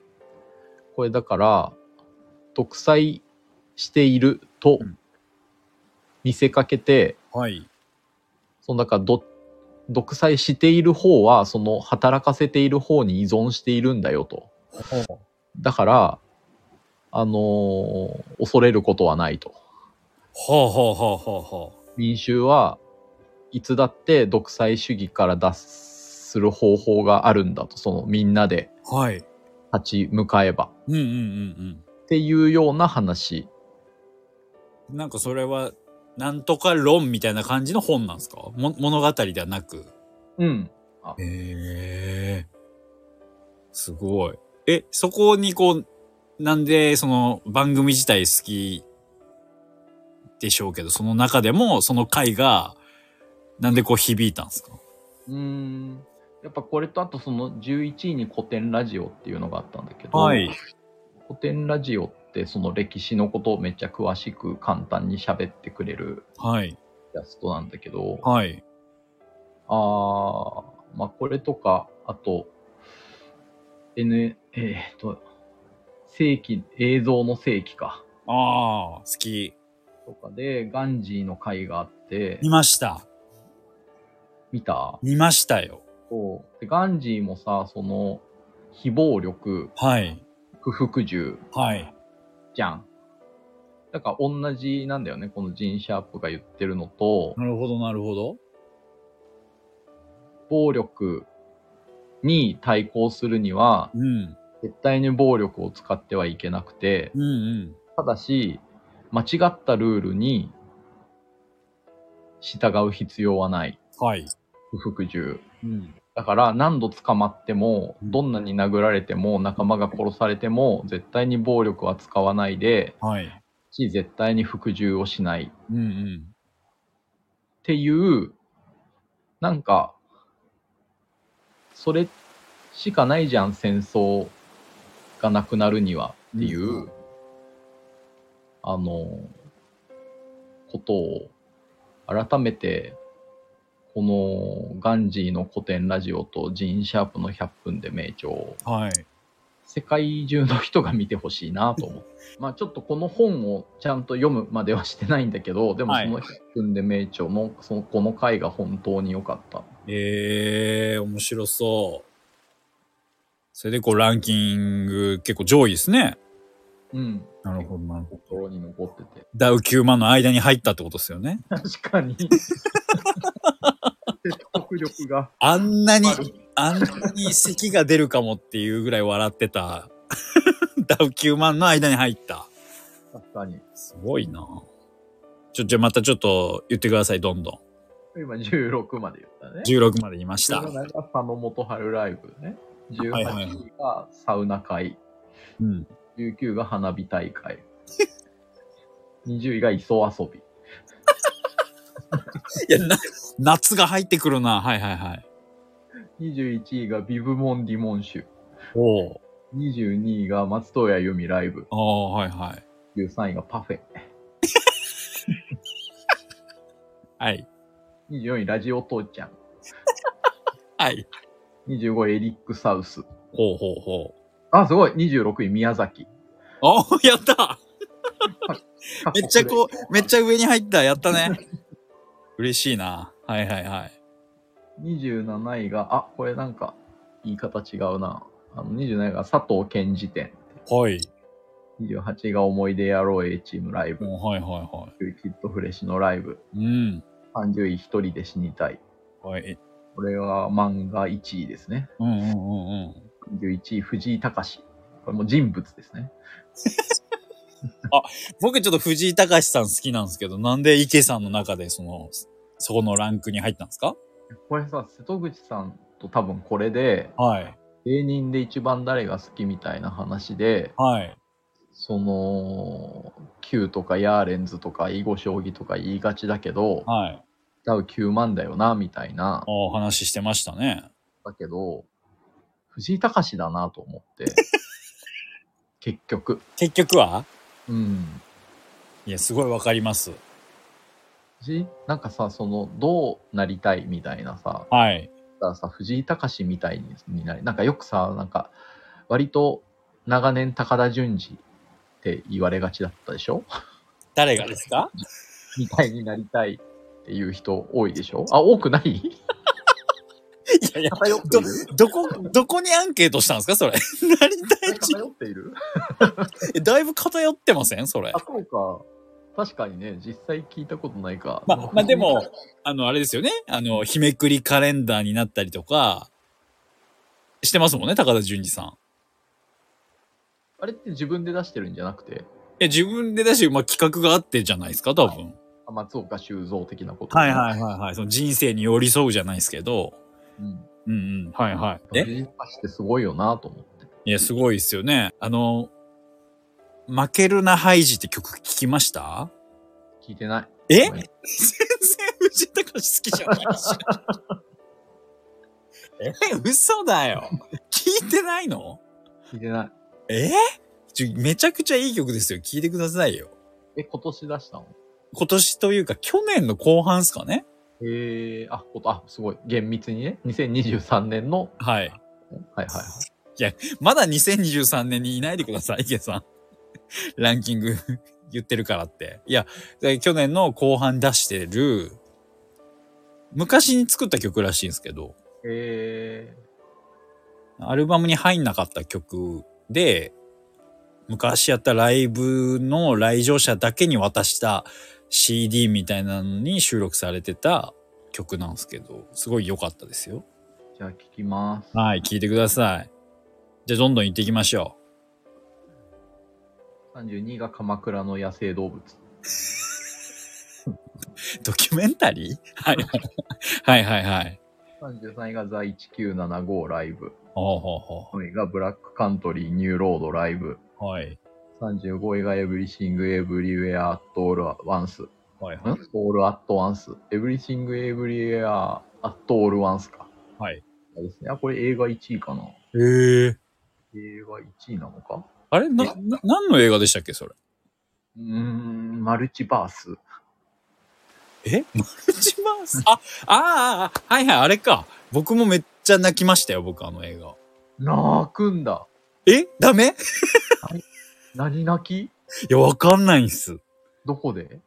B: これだから、独裁していると
A: うん
B: 見せかけて、
A: はい。
B: そのだからど、独裁している方は、その働かせている方に依存しているんだよと。だから、あのー恐れることはないと。
A: ほうほうほうほうほ
B: 民衆はいつだって独裁主義から脱する方法があるんだと。そのみんなで
A: う。はい。
B: 立ち向かえば。
A: うんうんうん
B: っていうような話
A: うん。なんかそれは、なんとか論みたいな感じの本なんですかも物語ではなく。
B: うん。
A: へえ。すごい。え、そこにこう、なんで、その番組自体好きでしょうけど、その中でも、その回が、なんでこう響いたんですか
B: うーん。やっぱこれとあとその11位に古典ラジオっていうのがあったんだけど、
A: はい
B: 古典ラジオってその歴史のことをめっちゃ詳しく簡単に喋ってくれる
A: はい。
B: やつとなんだけど、あ
A: はい。
B: あーまあこれとか、あと、N、えーっと、世紀、映像の世紀か、
A: ああ、好き。
B: とかで、ガンジーの回があって
A: 見、ました。
B: 見た
A: 見ましたよ。
B: そうでガンジーもさ、その、非暴力、
A: はい。
B: 不服従、
A: はい。
B: じゃん。だから同じなんだよね、このジン・シャープが言ってるのと、
A: なるほど、なるほど。
B: 暴力に対抗するには、
A: うん。
B: 絶対に暴力を使ってはいけなくて
A: う、んうん。
B: ただし、間違ったルールに従う必要はない。
A: はい。
B: 不服従。
A: うん。
B: だから何度捕まっても、
A: うん
B: どんなに殴られても、仲間が殺されても、絶対に暴力は使わないで、
A: はい。
B: し、絶対に服従をしない。
A: うんうん。
B: っていう、なんか、それしかないじゃん、戦争がなくなるにはっていう、
A: う
B: あの、ことを改めて、このガンジーの古典ラジオとジーン・シャープの100分で名著、
A: はい。
B: 世界中の人が見てほしいなと思う。 まあちょっとこの本をちゃんと読むまではしてないんだけど、でも
A: はい
B: その1分で名著の、そのこの回が本当に良かった。
A: ええー、面白そう。それでこうランキング結構上位ですね。
B: うん。
A: なるほど、なるほど。
B: 心に残ってて。
A: ダウ9万の間に入ったってことですよね。
B: 確か に。説得力が
A: あんなに
B: あ、る。
A: あんなに咳が出るかもっていうぐらい笑ってた。 ダウ9万の間に入った。
B: 確かに。
A: すごいなちょ、じゃあまたちょっと言ってください、どんどん。
B: 今16まで言ったね。
A: 16まで言いました。
B: 17が佐野元春ライブね。
A: はいはい
B: 18がサウナ会。
A: うん。
B: 19が花火大会。20位が磯遊び。
A: いや、な、夏が入ってくるな。はいはいはい。
B: 21位がビブモンディモンシュ。
A: お
B: 22位が松任谷由実ライブ。
A: ああ、はいはい。
B: 13位がパフェ。
A: はい。
B: 24位ラジオ父ちゃん。
A: はい。
B: 25位エリックサウス。
A: ほうほうほ
B: あ、すごい !26 位宮崎。
A: う。あ あ、やった めっちゃこう、めっちゃ上に入った。やったね。嬉しいな。はいはいはい。
B: 27位が、あ、これなんか言い方違うな。あの27位が佐藤健二展。
A: はい。
B: 28位が思い出野郎 A チームライブ。
A: もうはいはいは
B: 29位キッドフレッシュのライブ。
A: い。うん。
B: 30位一人で死にたい。
A: はい。
B: これは漫画1位ですね。
A: うんうんうんうん。
B: 31位藤井隆。これも人物ですね。
A: 僕ちょっと藤井隆さん好きなんですけど、なんで池さんの中でその、そこのランクに入ったんですか
B: これさ、瀬戸口さんと多分これで、
A: はい。
B: 芸人で一番誰が好きみたいな話で、
A: はい。
B: その、Q とかヤーレンズとか囲碁将棋とか言いがちだけど、
A: はい。
B: 多分9万だよな、みたいな、
A: お話ししてましたね。
B: だけど、藤井隆だなと思って、結局。
A: 結局は
B: うん。
A: いや、すごいわかります。
B: 藤井なんかさ、その、どうなりたいみたいなさ、
A: はい。
B: だからさ、藤井隆みたいになり、なんかよくさ、なんか、割と長年高田純次って言われがちだったでしょ
A: 誰がですか
B: みたいになりたいっていう人多いでしょあ、多くない
A: いやいや、
B: 偏っている
A: どこ、どこにアンケートしたんですかそれ。 なりたいち
B: 偏っている
A: えだいぶ偏ってませんそれ
B: あ、。そうか。確かにね、実際聞いたことないか。
A: まあ、まあでも、あの、あれですよね。あの、日めくりカレンダーになったりとか、してますもんね、高田純次さん。
B: あれって自分で出してるんじゃなくて、
A: え、自分でだし、まあ、企画があってじゃないですか、多分。
B: あ松岡修造的なこと。
A: はいはいはいはい。その人生に寄り添うじゃないですけど。
B: うん。
A: うんうん。はいはい。え
B: 藤井隆ってすごいよなと思って。
A: いや、すごいですよね。あの、負けるなハイジって曲聞きました
B: 聞いてない。
A: え
B: ごめん
A: 全然藤井隆好きじゃないし。え、嘘だよ。聞いてないの
B: 聞いてない。
A: えちょめちゃくちゃいい曲ですよ。聞いてくださいよ。
B: え、今年出したの
A: 今年というか、去年の後半ですかね
B: えー、あ、こと、あ、すごい。厳密にね、2023年の、
A: はい。
B: はいはいはい。
A: まだ2023年にいないでください、池さん。 ランキング 言ってるからって。いや、で去年の後半出してる、昔に作った曲らしいんですけど、
B: え
A: アルバムに入んなかった曲で、昔やったライブの来場者だけに渡した CD みたいなのに収録されてた曲なんですけど、すごい良かったですよ。
B: ー、じゃあ聞きます。
A: はい、聴いてください。じゃあどんどん行っていきましょ
B: 32が鎌倉の野生動物。
A: う。ドキュメンタリーはい。はいはいはい。
B: 33位がザ1975ライブ。
A: ほうほうほ
B: 4位がブラックカントリーニューロードライブ。
A: う。はい。
B: 35位がエブリシングエブリウェアアットオールワンス。ん
A: はいはい。
B: オールアットワンス。エブリシングエブリウェアアットオールワンスか。
A: はい。
B: ですね。あ、これ映画1位かな。
A: へえ。
B: 映画1位なのか
A: あれな、な、何の映画でしたっけそれ。
B: うーん、マルチバース。
A: えマルチバースあ、ああ、はいはい、あれか。僕もめっちゃ泣きましたよ、僕あの映画。
B: 泣くんだ。
A: えダメ
B: 何泣き
A: いや、わかんないんす。
B: どこで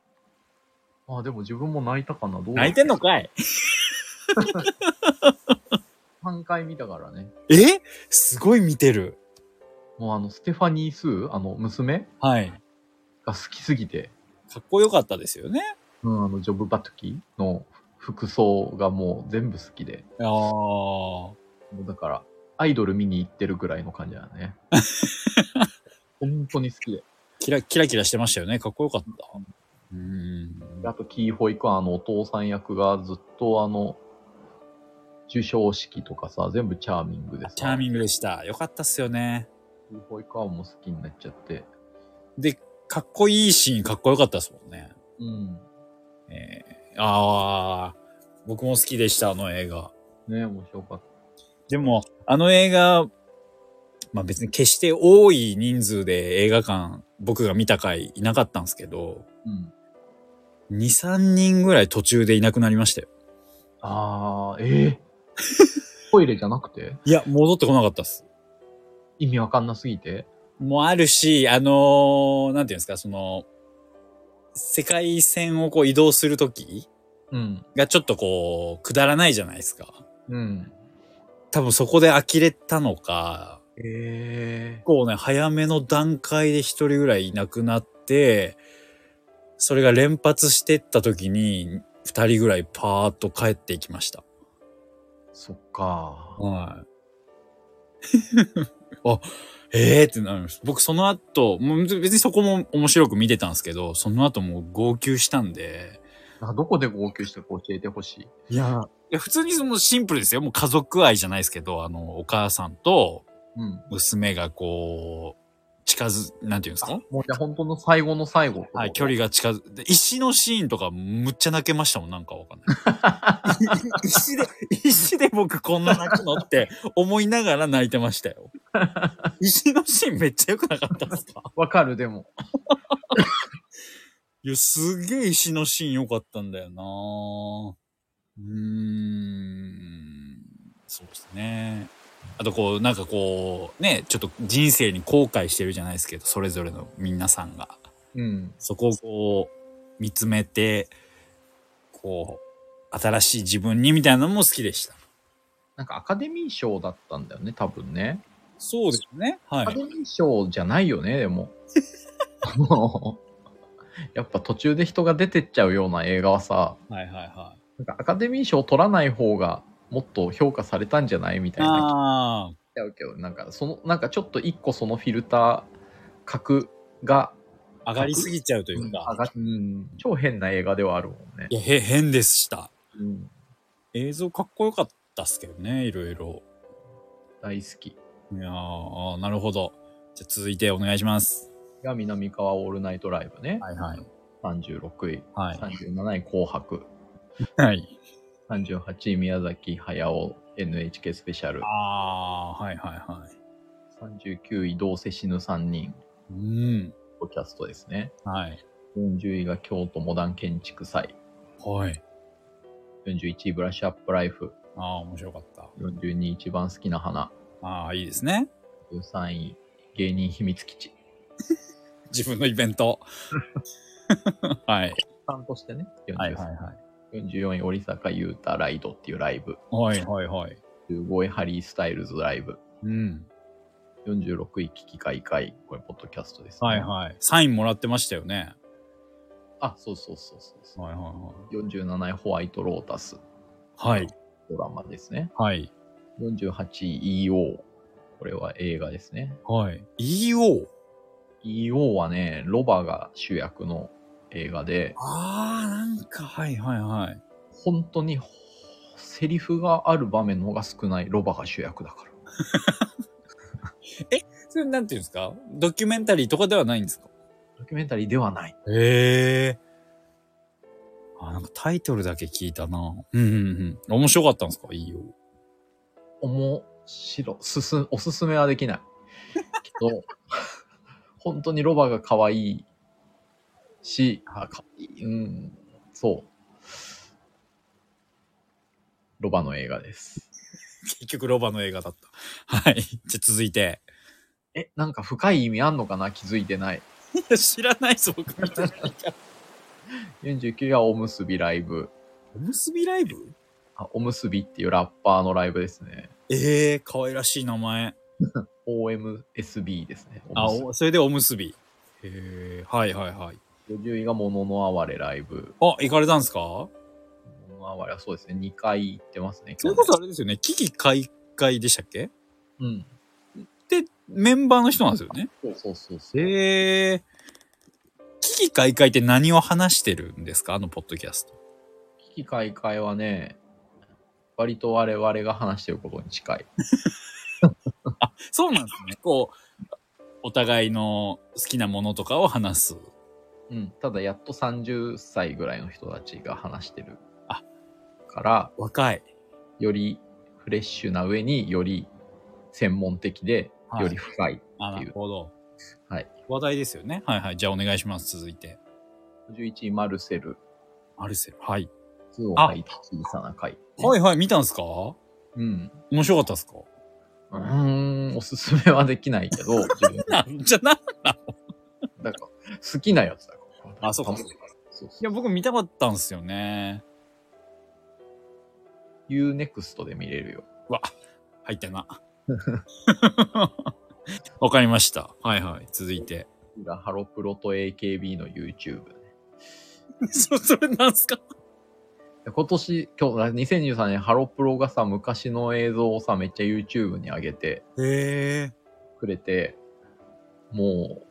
B: あ、でも自分も泣いたかな。どう
A: 泣いてんのかい
B: ?3 回見たからね。
A: えすごい見てる。
B: もうあの、ステファニー・スー、あの、娘
A: はい。
B: が好きすぎて、
A: かっこよかったですよね。
B: うん、あの、ジョブ・バトキの服装がもう全部好きで、
A: ああ。
B: もうだから、アイドル見に行ってるぐらいの感じだ ね。本当に好きで。
A: キラ、キラキラしてましたよね。かっこよかった。うん。
B: あと、キー・ホイクはあの、お父さん役がずっとあの、受賞式とかさ、全部チャーミングでさ、
A: チャーミングでした。よかったっすよね。
B: キー・ホイクはもう好きになっちゃって、
A: で、かっこいいシーン、かっこよかったですもんね。
B: うん。
A: えー、ああ、僕も好きでした、あの映画。
B: ね、面白かった。
A: でも、あの映画、まあ別に決して多い人数で映画館、僕が見た回いなかったんですけど、
B: うん。
A: 2、3人ぐらい途中でいなくなりましたよ。
B: あー、ええ トイレじゃなくて
A: いや、戻ってこなかったっす。
B: 意味わかんなすぎて
A: もあるし、あのーなんていうんですか、その、世界線をこう移動するとき
B: うん。
A: がちょっとこう、くだらないじゃないですか。
B: うん。
A: 多分そこで呆れたのか、
B: え
A: 結構ね、早めの段階で一人ぐらいいなくなって、それが連発してった時に、二人ぐらいパーッと帰っていきました。
B: ー、そっか。
A: はい。あ、ええー、ってなるんです。僕その後、もう別にそこも面白く見てたんですけど、その後もう号泣したんで、
B: あどこで号泣したか教えてほしい。
A: いや、普通にそのシンプルですよ。もう家族愛じゃないですけど、あの、お母さんと
B: うん。
A: 娘がこう、近づ、なんていうんですか
B: もうじゃあ本当の最後の最後。
A: はい、距離が近づ、で石のシーンとかむっちゃ泣けましたもん、なんかわかんない。石で、石で僕こんな泣くのって思いながら泣いてましたよ。石のシーンめっちゃ良くなかったですか
B: わかる、でも。
A: いや、すげえ石のシーン良かったんだよなぁうーん。そうですね。あとこう、なんかこう、ね、ちょっと人生に後悔してるじゃないですけど、それぞれの皆さんが。
B: うん。
A: そこをこう、見つめて、こう、新しい自分にみたいなのも好きでした。
B: なんかアカデミー賞だったんだよね、多分ね。
A: そうですね。は
B: アカ
A: い。
B: デミー賞じゃないよね、で も。あのやっぱ途中で人が出てっちゃうような映画はさ、
A: はいはいはい。
B: なんかアカデミー賞取らない方がもっと評価されたんじゃないみたいな
A: ああ、
B: 気がしちゃうけど、なんかその、なんかちょっと一個そのフィルター格が
A: 上がりすぎちゃうとい
B: うん
A: う
B: 上
A: か。
B: がっうん超変な映画ではあるもんね
A: い。や、へ、変でした。
B: うん、
A: 映像かっこよかったっすけどね、いろいろ。
B: 大好き。
A: いやーあーなるほど。じゃあ続いてお願いします。
B: が南川オールナイトライブね。
A: はいはい。
B: 36位。
A: はい。
B: 37位紅白。
A: はい。
B: 38位宮崎駿 NHK スペシャル。
A: ああー、はいはいは
B: 39位どうせ死ぬ3人。
A: い。うん。
B: ポッドキャストですね。
A: はい。
B: 40位が京都モダン建築祭。
A: はい。
B: 41位ブラッシュアップライフ。
A: ああ、面白かった。
B: 42位一番好きな花。
A: ああ、いいですね。
B: 13位芸人秘密基地。
A: 自分のイベン ト。はい。
B: さんとしてね。
A: はいはいはい。
B: 44位折坂優太ライドっていうライブ。
A: はいはいはい。
B: 15位ハリー・スタイルズライブ。
A: うん。
B: 46位危機開会。これポッドキャストです、
A: はいはい。サインもらってましたよね。
B: あ、そうそうそうそうそう。
A: はいは
B: 47位ホワイトロータス
A: いはい。はい。
B: ドラマですね。
A: はい。
B: 48位 EO。これは映画ですね。
A: はい。EO?
B: EO はね、ロバが主役の映画で、
A: ああ、なんか、はいはいはい。
B: 本当にほセリフがある場面の方が少ないロバが主役だから。
A: それなんていうんですかドキュメンタリーとかではないんですか
B: ドキュメンタリーではない。
A: へえ。あ、なんかタイトルだけ聞いたな。うんうんうん。面白かったんですかいいよ。
B: 面白、すす、おすすめはできない。けど、 本当にロバが可愛いし、あ、可愛い。うん、そう。ロバの映画です。
A: 結局ロバの映画だった。はい。じゃあ続いて。
B: え、なんか深い意味あんのかな気づいてない。
A: いや、知らないです、僕。
B: 49位はおむすびライブ。
A: おむすびライブ
B: あおむすびっていうラッパーのライブですね。
A: ええー、可愛らしい名前。
B: OMSB ですね。
A: あ、
B: おむ
A: おそれでおむすび。へえ、はいはいはい。
B: すび50位がもののあれライブ。
A: あ、行かれたんですか
B: もののあれはそうですね。2回行ってますね。
A: それこそあれですよね。危機開会でしたっけ
B: うん。
A: で、メンバーの人なんですよね。
B: そうそうそうそう。
A: へえ。危機開会って何を話してるんですかあのポッドキャスト。
B: 危機開会はね、割と我々が話してることに近い。
A: そうなんですね。こう、お互いの好きなものとかを話す。
B: うん。ただやっと30歳ぐらいの人たちが話してる。
A: あ
B: から、
A: 若い。
B: よりフレッシュな上により専門的で、
A: はい
B: より深い。
A: あ、
B: っ
A: な
B: ていう
A: るほど。
B: はい。
A: 話題ですよね。はいはい。じゃあお願いします。続いて。
B: 11位、マルセル。
A: アルセル。はい。
B: 2を書いた小さな回。
A: はいはい。見たんですか
B: うん。
A: 面白かったですか
B: うーん、おすすめはできない けど、自分
A: なんじゃな
B: だから好きなやつだから。
A: あそうか
B: そうそう
A: いや、僕見たかったんですよね。
B: UNEXT で見れるよ。
A: わ、入った な。わかりました。はいはい。続いて。
B: がハロプロと AKB の YouTube ね。
A: そ、 それなんすか
B: 今年、今日、2023年ハロプロがさ、昔の映像をさ、めっちゃ YouTube に上げて
A: へえ。
B: くれて、もう、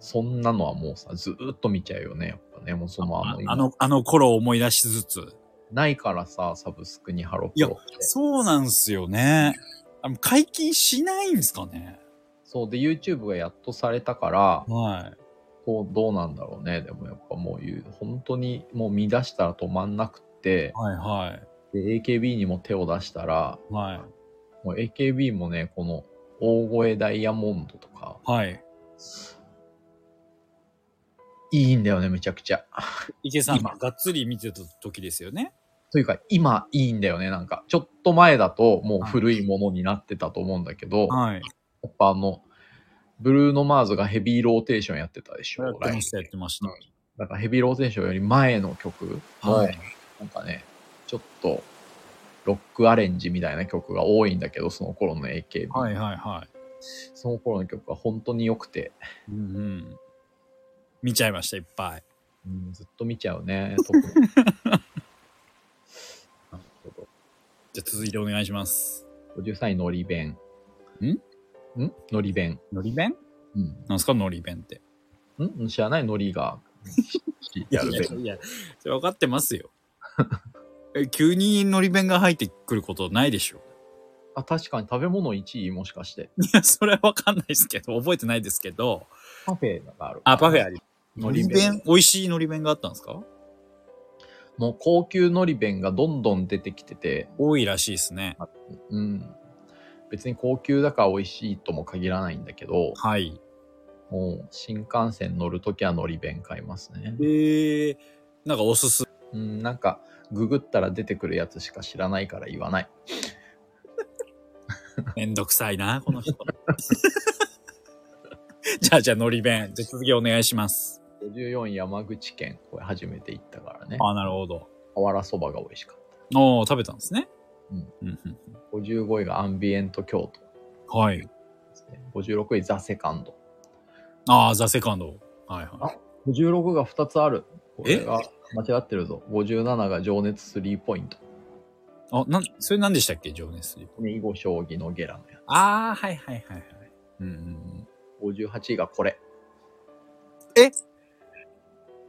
B: そんなのはもうさ、ずーっと見ちゃうよね、やっぱね。もうその、
A: あ
B: あの、今
A: あの、あの頃を思い出しつつ。
B: ないからさ、サブスクにハロ
A: い
B: プ
A: や
B: ロって。
A: そうなんすよね。あの解禁しないんですかね
B: そうで、YouTube がやっとされたから、
A: は
B: こう、どうなんだろうね。でもやっぱもう言う、本当にもう見出したら止まんなくって
A: い。、はいはい。
B: で AKB にも手を出したら、
A: はい。
B: もう AKB もね、この、大声ダイヤモンドとか、
A: はい。
B: いいんだよね、めちゃくちゃ。
A: 池さん、
B: 今
A: がっつり見てた時ですよね。
B: というか、今いいんだよね、なんか。ちょっと前だと、もう古いものになってたと思うんだけど、や
A: はい。
B: っぱあの、ブルーノ・マーズがヘビーローテーションやってたでしょ。
A: やってまし
B: 来
A: た、やってました。
B: だからヘビーローテーションより前の曲の、
A: はい
B: なんかね、ちょっと、ロックアレンジみたいな曲が多いんだけど、その頃の AKB。
A: はいはいは
B: その頃の曲が本当に良くて、
A: い。うんうん。見ちゃいました、いっぱい。
B: うん、ずっと見ちゃうね、特に。なるほど。
A: じゃあ続いてお願いします。
B: 53位のり弁。んんのり弁。
A: のり弁
B: うん。
A: なんすかのり弁って。
B: ん知らないのりが。やるべ
A: いや、それ分かってますよ。 え急にのり弁が入ってくることないでしょ。
B: あ、確かに食べ物1位もしかして。
A: いや、それは分かんないですけど、覚えてないですけど。
B: パフェがある。
A: あ、パフェあり。の
B: の
A: り
B: り
A: 弁
B: 弁、
A: 美味しいのり弁があったんですか
B: もう高級のり弁がどんどん出てきてて、
A: 多いらしいですね。
B: うん。別に高級だから美味しいとも限らないんだけど、
A: はい。
B: もう新幹線乗るときはのり弁買いますね。
A: ええなんかおすす
B: うん、なんか、ググったら出てくるやつしか知らないから言わない。
A: めんどくさいな、この人。 じゃあ、じゃあ、のり弁。じゃあ続きお願いします。
B: 54位山口県、これ初めて行ったからね。
A: あなるほど。
B: 瓦そばが美味しかった。
A: おー、食べたんですね。
B: うん
A: うんうん
B: 55位がアンビエント京都
A: はい。
B: ですね。56位ザ・セカンド。
A: ああ、ザ・セカンド。はいは
B: 56が2つある。こ
A: え
B: れが間違ってるぞ。57が情熱スリーポイント。
A: い。あ、なん、それ何でしたっけ情熱リ
B: ね、囲碁将棋のゲラのや
A: ああ、はいはいはいはい。うんうんうん。
B: つ。58位がこれ。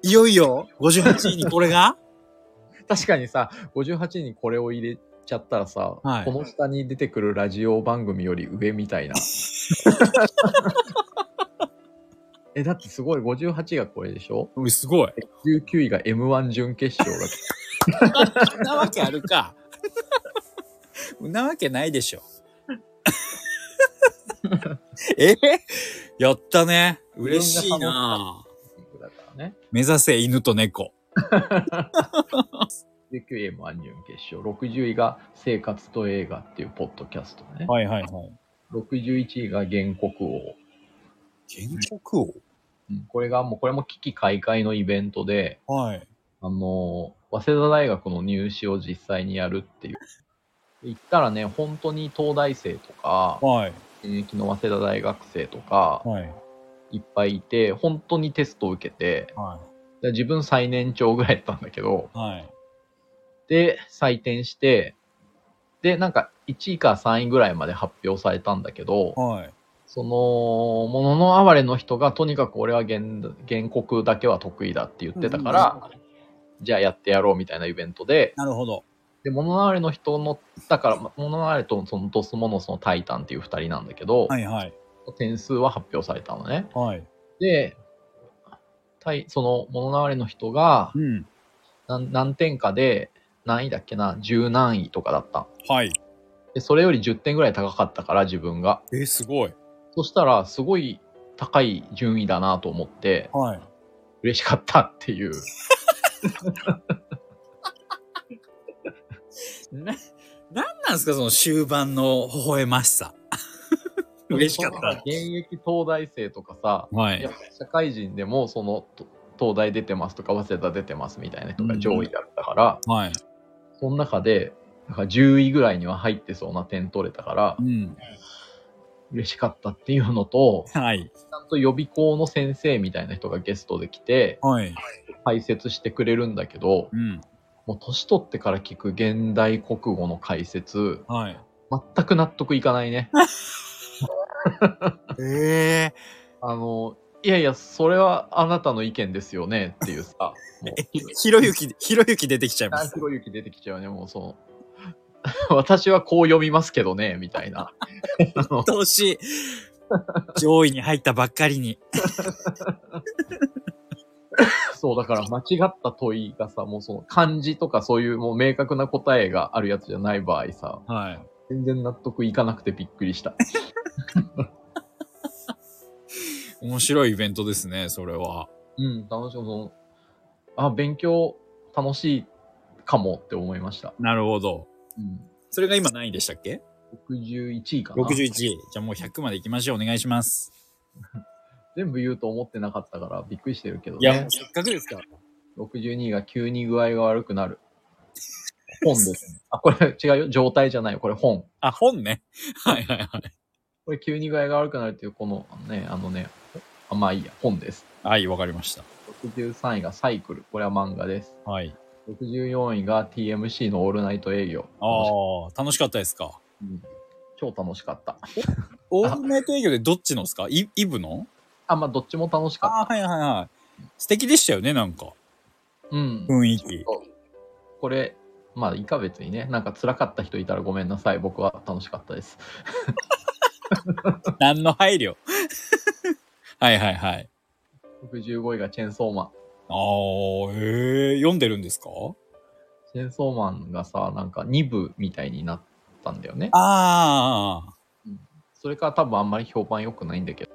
A: いよいよ、58位にこれが
B: 確かにさ、58位にこれを入れちゃったらさ、
A: はい
B: この下に出てくるラジオ番組より上みた いな。え、だってすごい、58位がこれでしょ
A: おいすごい。
B: ?19 位が M1 準決勝だって。
A: なわけある か。なわけないでし ょ。えやったね。嬉しいな
B: だからね。
A: 目指せ犬と猫。
B: 19位 M1 準決勝。60位が生活と映画っていうポッドキャストね。
A: はいはいはい。
B: 61位が原告王。
A: 原曲を
B: うんこれがもう、これも危機開会のイベントで、
A: はい。
B: あのー、早稲田大学の入試を実際にやるっていう。行ったらね、本当に東大生とか、
A: はい。
B: 現役の早稲田大学生とか、
A: はい。
B: いっぱいいて、本当にテストを受けて、
A: は
B: で自分最年長ぐらいだったんだけど、
A: い。はい。
B: で、採点して、で、なんか1位から3位ぐらいまで発表されたんだけど、
A: はい。
B: その、ものの哀れの人が、とにかく俺は原原告だけは得意だって言ってたから、じゃあやってやろうみたいなイベントで、
A: なるほど。
B: で、モノナーレの人の、だから、モノナーレとそのドスモノスのタイタンっていう二人なんだけど、
A: はいはい。
B: 点数は発表されたのね。
A: はい。
B: で、タイそのモノナーレの人が
A: うん。
B: 何、何点かで、何位だっけな、十何位とかだった。
A: はい。
B: で、それより10点ぐらい高かったから、自分が。
A: え、すごい。
B: そしたら、すごい高い順位だなと思って、
A: はい。
B: 嬉しかったっていう。
A: な、なんなんすかその終盤の微笑ましさ。 嬉しかっ
B: その
A: た。
B: 現役東大生とかさ、
A: はい
B: やっぱ社会人でもそのと東大出てますとか早稲田出てますみたいな人が上位だったから、
A: はい。
B: その中でだから10位ぐらいには入ってそうな点取れたから
A: う、ん。
B: 嬉しかったっていうのと、
A: はい。
B: ちゃんと予備校の先生みたいな人がゲストで来て、
A: はい。
B: 解説してくれるんだけど、
A: うん。
B: もう年取ってから聞く現代国語の解説、
A: はい。
B: 全く納得いかないね。
A: ええ
B: あの、いやいや、それはあなたの意見ですよねっ ていうさ、もう
A: ひろゆき、ひろゆき出てきちゃいま
B: 何
A: す。
B: ひろゆき出てきちゃうね、もうその、 私はこう読みますけどね、みたいな。
A: 投資、上位に入ったばっかりに。
B: そう、だから間違った問いがさ、もうその漢字とかそういうもう明確な答えがあるやつじゃない場合さ、
A: はい。
B: 全然納得いかなくてびっくりした。
A: 面白いイベントですね、それは。
B: うん、楽しい。その、あ、勉強楽しいかもって思いました。
A: なるほど。
B: うん。
A: それが今何位でしたっけ
B: 61位かな。
A: ?61 位。じゃあもう100まで行きましょう。お願いします。
B: 全部言うと思ってなかったからびっくりしてるけど
A: いや、もう。
B: ね
A: せっかくですから。
B: 62位が急に具合が悪くなる。本ですね。あ、これ違うよ。状態じゃないよ。これ本。
A: あ、本ね。はいはいはい。
B: これ急に具合が悪くなるっていう、このね、あのね、あ、まあいいや。本です。
A: はい、わかりました。
B: 63位がサイクル。これは漫画です。
A: はい。
B: 64位が TMC のオールナイト営業。
A: ああ、楽しかったですか。
B: うん超楽しかった。
A: オールナイト営業でどっちのですかイイブの
B: あ、まあどっちも楽しかっ
A: ああ、はいはいはい。素敵でしたよね、なんか。
B: た。うん。
A: 雰囲気。
B: これ、まあいいか別にね。なんか辛かった人いたらごめんなさい。僕は楽しかったです。
A: 何の配慮。 はいはいはい。
B: 65位がチェンソーマン。
A: ああ、ええ読んでるんですか
B: チェンソーマンがさ、なんか2部みたいになったんだよね。
A: ああ、
B: それから多分あんまり評判良くないんだけど。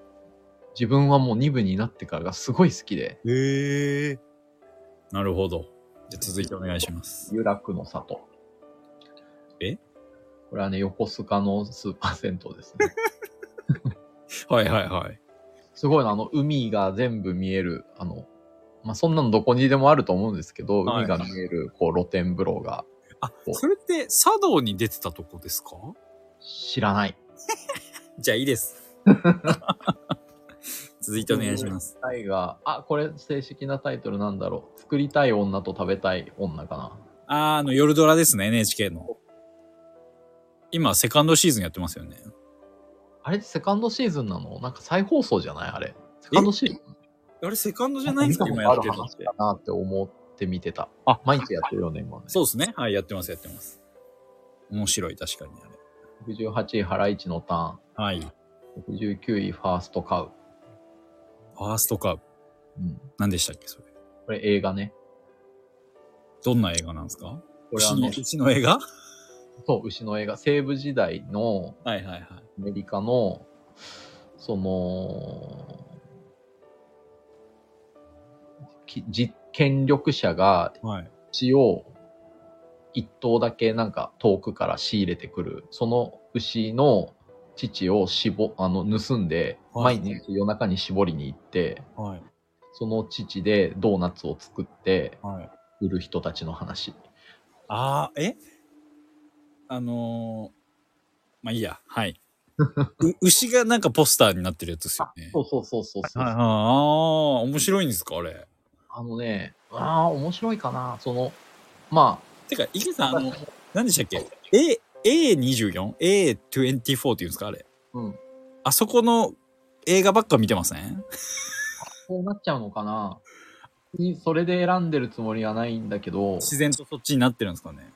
B: 自分はもう2部になってからがすごい好きで、
A: ええなるほど。じゃあ続いてお願いします。
B: 有楽の里。
A: え
B: これはね、横須賀のスーパー銭湯ですね。
A: はいはいはい。
B: すごいな、あの、海が全部見える、あの、まあ、そんなのどこにでもあると思うんですけど、
A: はい
B: 海が見える、こう、露天風呂が
A: あ、それって茶道に出てたとこですか
B: 知らない。
A: じゃあいいです。 続いてお願いします。
B: タイが、あ、これ正式なタイトルなんだろう。作りたい女と食べたい女かな。
A: あーあの、夜ドラですね、NHK の。今、セカンドシーズンやってますよね。
B: あれってセカンドシーズンなのなんか再放送じゃないあれ。セカンドシーズン
A: あれ、セカンドじ
B: じ
A: ゃないんですか今やってるのっ
B: 話
A: て
B: だ。なって思って見てた。
A: あ
B: 毎日やってるよね、今ね。
A: そうですね。はい、やってます、やってます。面白い、確かにあれ。
B: 68位、ハライチのタ
A: はい。フ
B: ーン。69位、ファーストカウ。
A: ァーストカーブ。
B: うん。
A: 何でしたっけ、それ。
B: これ映画ね。
A: どんな映画なんですか
B: これあの
A: う、ちの映画
B: そう、牛の映画。西部時代の
A: はいはいはい。
B: アメリカの、その、き実権力者が
A: はい。
B: 牛を一頭だけなんか遠くから仕入れてくる。その牛の乳をしぼ、あの、盗んで、
A: はい
B: 毎日夜中に絞りに行って、
A: はい。
B: その乳でドーナツを作って
A: はい。
B: 売る人たちの話。
A: あー、えあのー、まあいいや、はい。 う牛がなんかポスターになってるやつですよね。
B: そうそうそうそうそう。
A: はいはいああ、面白いんですか、あれ。
B: あのね、ああ、面白いかな。その、まあ、
A: てか、池さん、あの、何でしたっけ ?A、A24?A24 って言うんですかあれ。
B: うん。
A: あそこの映画ばっか見てません
B: こうなっちゃうのかなにそれで選んでるつもりはないんだけど、
A: 自然とそっちになってるんですかね。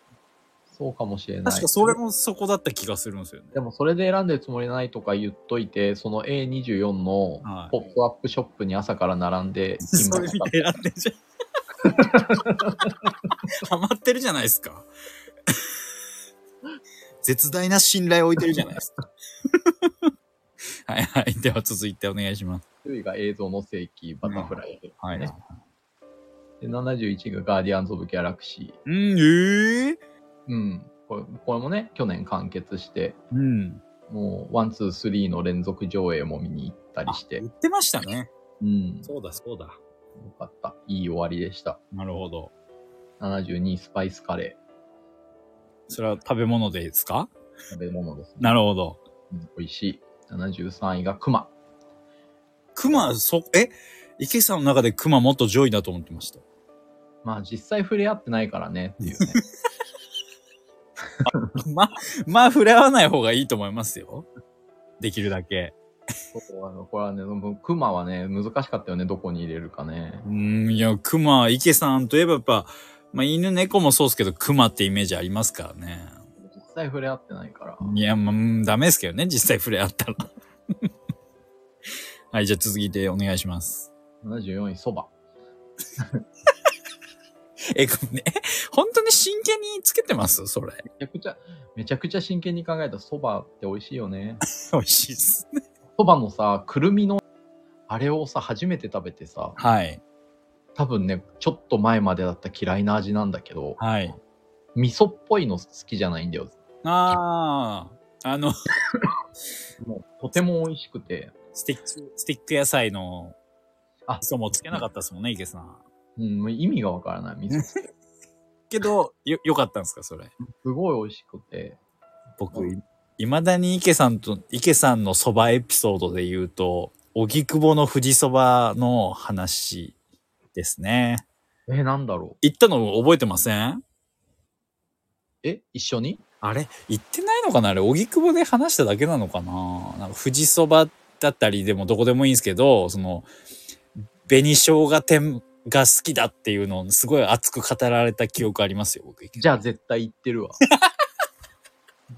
B: そうかもしれない。
A: 確かそれもそこだった気がするんですよね。
B: でもそれで選んでるつもりないとか言っといて、その A24 の
A: はい
B: ポップアップショップに朝から並んで、
A: それ見て選んでんじ ゃん。ハマってるじゃないですか。 絶大な信頼を置いてるじゃないですか。 はいはい。では続いてお願いします。
B: 10位が映像の世紀バタフライですね、
A: はい。
B: で71位がガーディアンズ・オブ・ギャラクシ
A: う
B: ー。
A: ん、ええ
B: うん。これこれもね、去年完結して、
A: うん。
B: もう、ワン、ツー、スリーの連続上映も見に行ったりして
A: 言、ってましたね。
B: うん。よ
A: そうだそうだ。
B: かった。いい終わりでした。
A: なるほど。
B: 72位、スパイスカレー。
A: それは食べ物ですか
B: 食べ物ですね。
A: なるほど。
B: うん美味しい。73位が熊。
A: 熊、そ、え池さんの中で熊もっと上位だと思ってました。
B: まあ実際触れ合ってないからねっていうね。
A: ま、まあ、触れ合わない方がいいと思いますよ。できるだけ。
B: そうあのこれはね、もう熊はね、難しかったよね、どこに入れるかね
A: う。ーん、いや、熊、池さんといえばやっぱ、まあ、犬、猫もそうですけど、熊ってイメージありますからね。
B: 実際触れ合ってないから。
A: いや、まあうん、ダメですけどね、実際触れ合った ら。はい、じゃあ続いてお願いします。
B: 74位、そば。
A: え、これね、本当に真剣につけてますそれ。
B: めちゃくちゃ、めちゃくちゃ真剣に考えたそばって美味しいよね。
A: 美味しいっす。
B: そばのさ、くるみの、あれをさ、初めて食べてさ、
A: はい。
B: 多分ね、ちょっと前までだった嫌いな味なんだけど、
A: はい。
B: 味噌っぽいの好きじゃないんだよ。
A: ああ、あの、
B: もう、とても美味しくて、
A: スティック、スティック野菜の、
B: あ
A: そうもつけなかったですもんね、池さん。
B: うん、もう意味がわからない。味噌、す
A: けど、よ、良かったんですか、それ。
B: ごい美味しくて、
A: 僕、い未だに池さんと、池さんの蕎麦エピソードで言うと、荻窪の富士蕎麦の話ですね。
B: え、なんだろ
A: 行ったの覚えてません
B: う。え、一緒に
A: あれ行ってないのかなあれ、荻窪で話しただけなのかななんか富士蕎麦だったりでもどこでもいいんですけど、その、紅生姜店が好きだっていうのをすごい熱く語られた記憶ありますよ、僕。
B: じゃあ絶対行 ってるわ。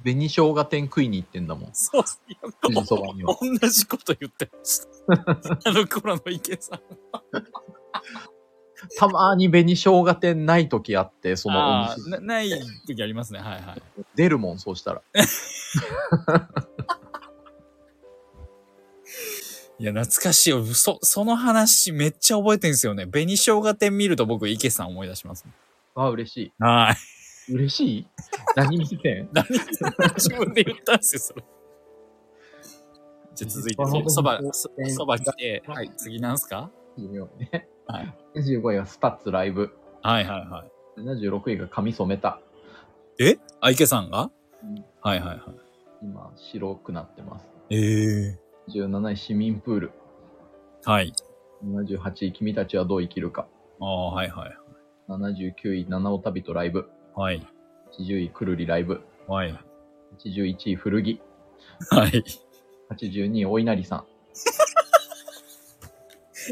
B: 紅生姜店食いに行ってんだもん。
A: そう、いや
B: 富士そばには。
A: 同じこと言ってました。 あの頃の池 さん。
B: たまに紅生姜店ない時あって、そのお
A: あ
B: 店
A: ーなない時ありますね。はいはい。
B: 出るもん、そうしたら。
A: いや、懐かしいよ。そ、その話めっちゃ覚えてるんですよね。紅生姜店見ると僕、池さん思い出します。
B: あ、嬉しい。
A: はい。
B: 嬉しい何見てん
A: 何自分で言ったんですよ、それ。じゃあ続いて、そそば、そそば来て、
B: はい
A: 次なんすか
B: ね。
A: はい。
B: 25位がスタッツライブ。
A: はいはいはい。
B: 76位が髪染めた。
A: えあ、池さんが、
B: うん
A: はいはいはい。
B: 今、白くなってます。
A: ええ
B: 17位、市民プール。
A: はい。
B: 78位、君たちはどう生きるか。
A: ああ、はいはい。
B: 79位、七尾旅とライブ。
A: はい。
B: 80位、くるりライブ。
A: はい。
B: 81位、古着。
A: はい。
B: 82位、お稲荷さん。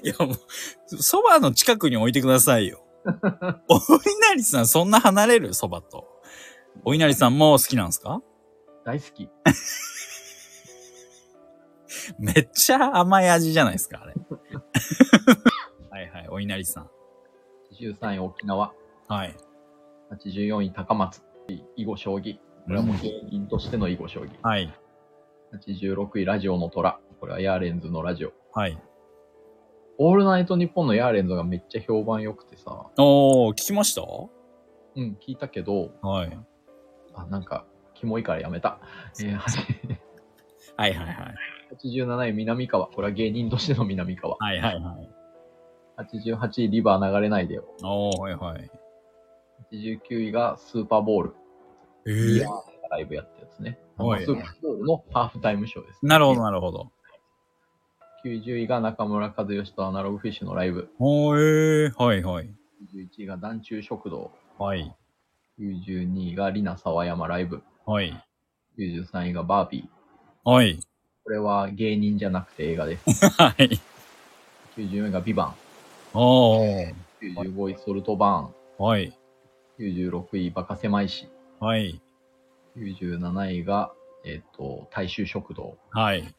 A: いや、もう、そばの近くに置いてください よ。お稲荷さん、そんな離れるそばと。お稲荷さんも好きなんですか
B: 大好き。
A: めっちゃ甘い味じゃないです か、あれ。はいはい、お稲荷さん。
B: 83位、沖縄。
A: はい。
B: 84位、高松。囲碁将棋。これはもう芸人としての囲碁将棋。
A: はい。
B: 86位、ラジオの虎。これはヤーレンズのラジオ。
A: はい。
B: オールナイトニッポンのヤーレンズがめっちゃ評判良くてさ、
A: おー、聞きました
B: うん、聞いたけど、
A: はい。
B: あ、なんか、キモいからやめた。えー、
A: はいはいはい。
B: 87位、南川。これは芸人としての南川。
A: はいはいはい。
B: 88位、リバー流れないでよ。
A: おー、はいはい。
B: 89位がスーパーボール。
A: え
B: い
A: ー
B: や、ライブやったやつね。
A: はい
B: まあスーパーボールのハーフタイムショーです、
A: なるほど。なるほど。
B: 90位が中村和義とアナログフィッシュのライブ。
A: おー、えー、はいはい。
B: 91位が団中食堂。
A: はい。
B: 92位がリナ沢山ライブ。
A: はい。
B: 93位がバービー。
A: はい。
B: これは芸人じゃなくて映画です。
A: はい。
B: 94位がビバン。
A: おー。
B: 95位ソルトバ
A: はい。
B: ーン。96位バカ狭いし。
A: はい。
B: 97位が、えっ、と、大衆食堂。
A: はい。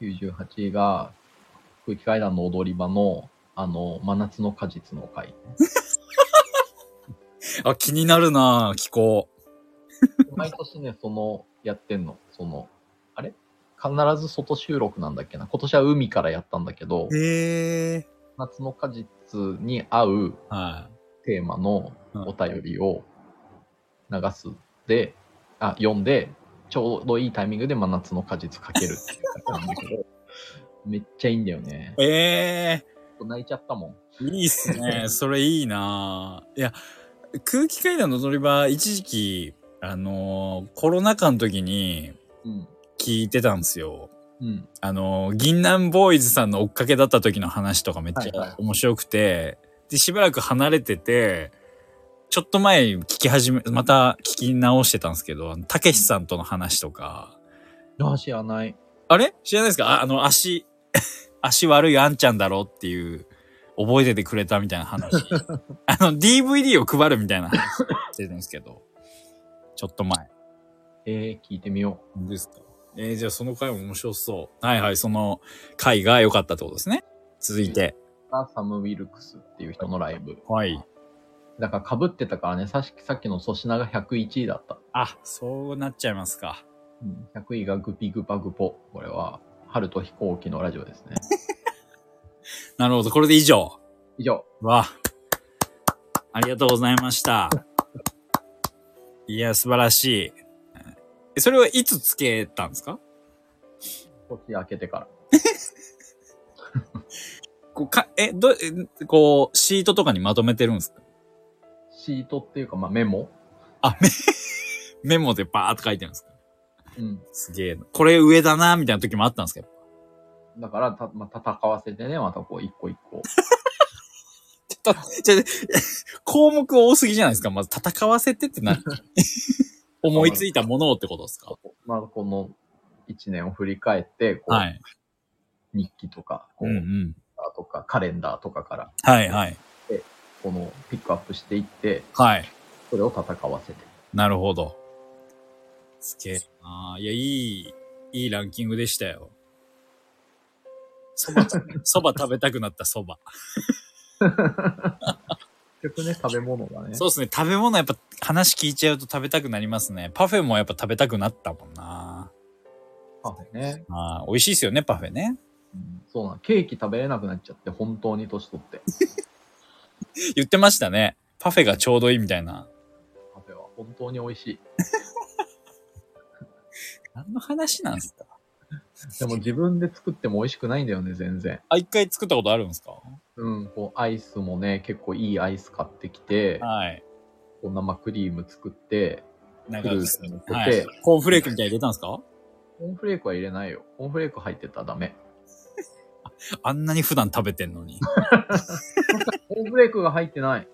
B: 98位が空気階段の踊り場の、あの、真夏の果実の会。
A: あ、気になるなぁ、気候。
B: 毎年ね、その、やってんの。その、あれ必ず外収録なんだっけな。今年は海からやったんだけど、
A: へえ。
B: 夏の果実に合う
A: は
B: テーマの
A: うん
B: お便りを流すで、あ、読んで、ちょうどいいタイミングで真夏の果実かけるっていうやつなんだけど、 めっちゃいいんだよね。
A: い。ええ
B: 泣いちゃったもん。
A: いいっすね。それいいなぁ。いや、空気階段の踊り場、一時期、あのーコロナ禍の時に
B: うん。
A: 聞いてたんですよ。
B: うん。
A: あのー銀杏ボーイズさんの追っかけだった時の話とかめっち
B: はいはい
A: ゃ面白くて、で、しばらく離れてて、ちょっと前に聞き始め、また聞き直してたんですけど、あのたけしさんとの話とか、
B: あ、知らない。
A: あれ知らないですかああの、足、 足悪いあんちゃんだろっていう、覚えててくれたみたいな話。 あの、DVD を配るみたいな話してるんですけど、ちょっと前。
B: えー、聞いてみよ
A: ですかえーじゃあその回も面白そう。はいはい、その回が良かったってことですね。続いて。
B: う。サム・ウィルクスっていう人のライブ。
A: はい。
B: だから被ってたからね、さしさっきの粗品が101位だった。
A: あ、そうなっちゃいますか。
B: うん、100位がグピグパグポ。これは、春と飛行機のラジオですね。
A: なるほど、これで以上。
B: 以上。
A: わありがとうございました。 いや、素晴らしいえ。それはいつつけたんですか
B: 年明けてから。
A: こうか、え、ど、えこう、シートとかにまとめてるんですか
B: シートっていうか、まあメモ。
A: あ、メ、メモでバーっと書いてるんですか
B: うん。
A: すげえな。これ上だな、みたいな時もあったんですけど。
B: だから、た、まあ、戦わせてね、またこう、一個一個。
A: ちょっと、ちょっと、項目多すぎじゃないですか。まず戦わせてって 何思いついたものをってことですか
B: まあ、この一年を振り返って、こう、
A: はい。
B: 日記とか、こ
A: う
B: う、
A: んうん。
B: とか、カレンダーとかから、
A: はいはい。
B: この、ピックアップしていって、
A: はい。
B: それを戦わせて。
A: なるほど。すげえなあいや、いい、いいランキングでしたよ。そば、 そば食べたくなったそば。
B: 結局ね、食べ物がね。
A: そうですね。食べ物やっぱ話聞いちゃうと食べたくなりますね。パフェもやっぱ食べたくなったもんな
B: パフェね。
A: ああ、美味しいですよね、パフェね。
B: うん、そうなん。ケーキ食べれなくなっちゃって、本当に年取って。
A: 言ってましたね。パフェがちょうどいいみたいな。
B: パフェは本当に美味しい。
A: 何の話なんですか
B: でも自分で作っても美味しくないんだよね、全然。
A: あ、一回作ったことあるんですか
B: うん、こう、アイスもね、結構いいアイス買ってきて、
A: はい。
B: こう生クリーム作って、
A: なん
B: フ
A: か、
B: ルーツ乗ってて、
A: はい。コーンフレークみたいに入れたんですか
B: コーンフレークは入れないよ。コーンフレーク入ってたらダメ。
A: あんなに普段食べてんのに。
B: コーンフレークが入ってない。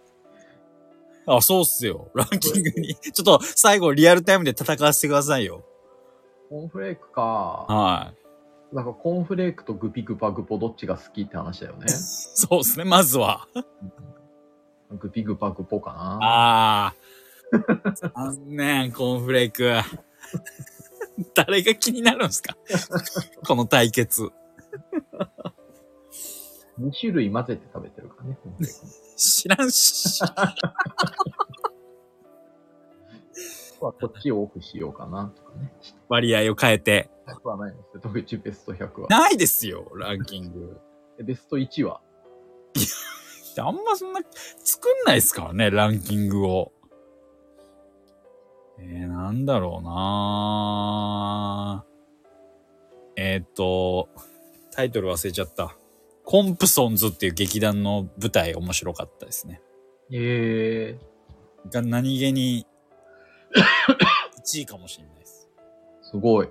A: あ、そうっすよ。ランキングに。 ちょっと最後リアルタイムで戦わせてくださいよ。
B: コーンフレークか。
A: はい。
B: なんかコーンフレークとグピグパグポどっちが好きって話だよね。
A: そうっすね、まずは。
B: グピグパグポかな。
A: ああ。残念、コーンフレーク。 誰が気になるんですか この対決。
B: 2種類混ぜて食べてるからね、コーンフレーク
A: 知らんし。
B: はこっちをオフしようかなとかね。
A: 割合を変えて。
B: 100はないんですよ。特別ベスト100は。
A: ないですよ、ランキング。
B: でベスト1は
A: ってあんまそんな作んないですからね、ランキングを。えー、なんだろうなーえーっと、タイトル忘れちゃった。コンプソンズっていう劇団の舞台面白かったですね。
B: えー、
A: が何気に 1位かもしれないです。
B: すごい。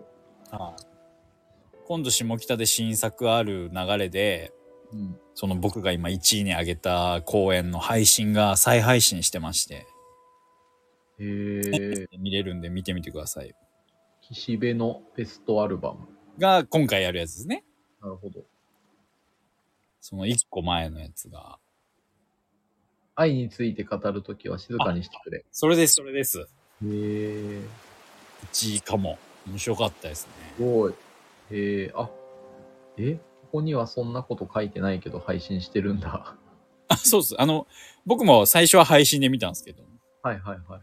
A: はい今度下北で新作ある流れで、
B: うん。
A: その僕が今1位に上げた公演の配信が再配信してまして。
B: えー、
A: 見れるんで見てみてくださいよ。
B: 岸辺のベストアルバム。
A: が、今回やるやつですね。
B: なるほど。
A: その一個前のやつが。
B: 愛について語るときは静かにしてくれ。
A: それです、それです。
B: へえ、
A: 1位かも。面白かったです
B: すごい。へえ、あ、え、ここにはそんなこと書いてないけど配信してるんだ。
A: ね。 そうっす。あの、僕も最初は配信で見たんですけど、
B: はいはいはい。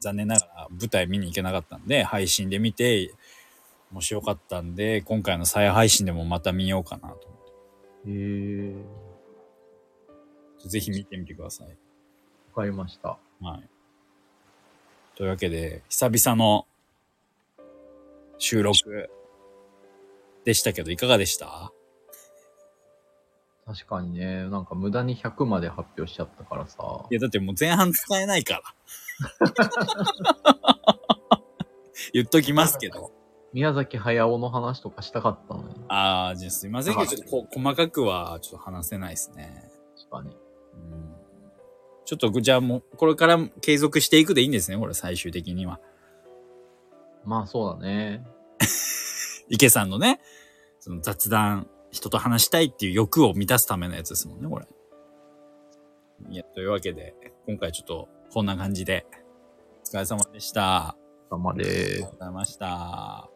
A: 残念ながら舞台見に行けなかったんで、配信で見て、面白かったんで、今回の再配信でもまた見ようかなと思
B: へえ、
A: って。ぜひ見てみてください。
B: わかりました。
A: はい。というわけで、久々の収録でしたけど、いかがでした
B: 確かにね、なんか無駄に100まで発表しちゃったからさ
A: い。や、だってもう前半使えないから。 言っときますけど。
B: 宮崎駿の話とかしたかったのに。
A: あー、じゃあすいませんけど、ちょっとこ細かくはちょっと話せないですね。
B: 確かに。
A: うんちょっとぐ、じゃあもう、これから継続していくでいいんですね、これ最終的には。
B: まあそうだね。
A: 池さんのね、その雑談、人と話したいっていう欲を満たすためのやつですもんね、これ。いや、というわけで、今回ちょっとこんな感じで、お疲れ様でした。
B: 頑張
A: あり
B: れ
A: がとうございました。